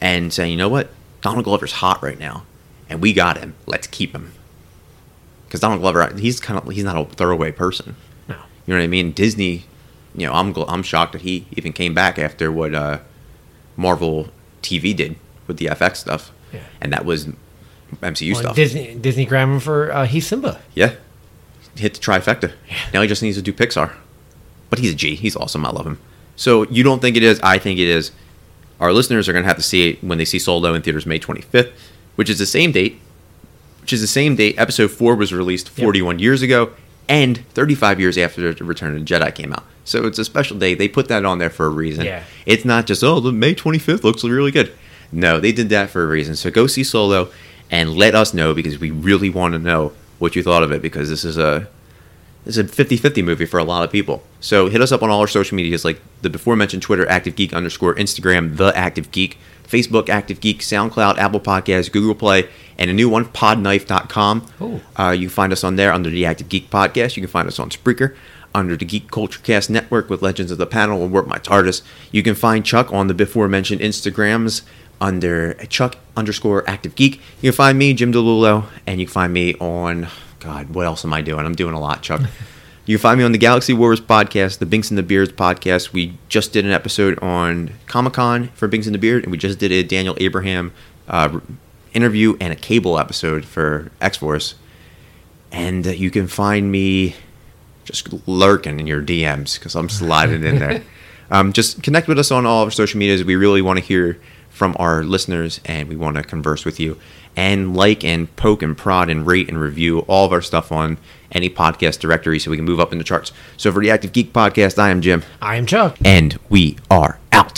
and saying, you know what? Donald Glover's hot right now, and we got him. Let's keep him. Because Donald Glover, he's kind of he's not a throwaway person. No. You know what I mean? Disney, you know, I'm gl- I'm shocked that he even came back after what uh, Marvel TV did with the FX stuff, Yeah. and that was MCU Well, stuff. Disney Disney grabbed him for uh, He's Simba. Yeah. Hit the trifecta. Now he just needs to do Pixar. But he's a G. He's awesome. I love him. So you don't think it is. I think it is. Our listeners are going to have to see it when they see Solo in theaters May 25th, which is the same date. Which is the same date episode 4 was released 41 years ago and 35 years after The Return of the Jedi came out. So it's a special day. They put that on there for a reason. Yeah. It's not just, oh, the May 25th looks really good. No, they did that for a reason. So go see Solo and let us know because we really want to know what you thought of it because this is a this is a 50-50 movie for a lot of people. So hit us up on all our social medias like the before mentioned Twitter, Active Geek underscore, Instagram, The Active Geek, Facebook, Active Geek, SoundCloud, Apple Podcasts, Google Play, and a new one, podknife.com. Ooh. Uh, you can find us on there under the Active Geek Podcast. You can find us on Spreaker under the Geek Culture Cast Network with Legends of the Panel and Warp My TARDIS. You can find Chuck on the before mentioned Instagrams under Chuck underscore Active Geek. You can find me, Jim DeLulo, and you can find me on, God, what else am I doing? I'm doing a lot, Chuck. You can find me on the Galaxy Wars podcast, the Binks and the Beards podcast. We just did an episode on Comic Con for Binks and the Beard, and we just did a Daniel Abraham uh, interview and a cable episode for X Force and uh, you can find me just lurking in your DMs because I'm sliding in there. Um, just connect with us on all of our social medias. We really want to hear from our listeners and we want to converse with you. And like and poke and prod and rate and review all of our stuff on any podcast directory so we can move up in the charts. So for the Active Geek Podcast, I am Jim, I am Chuck. and we are out.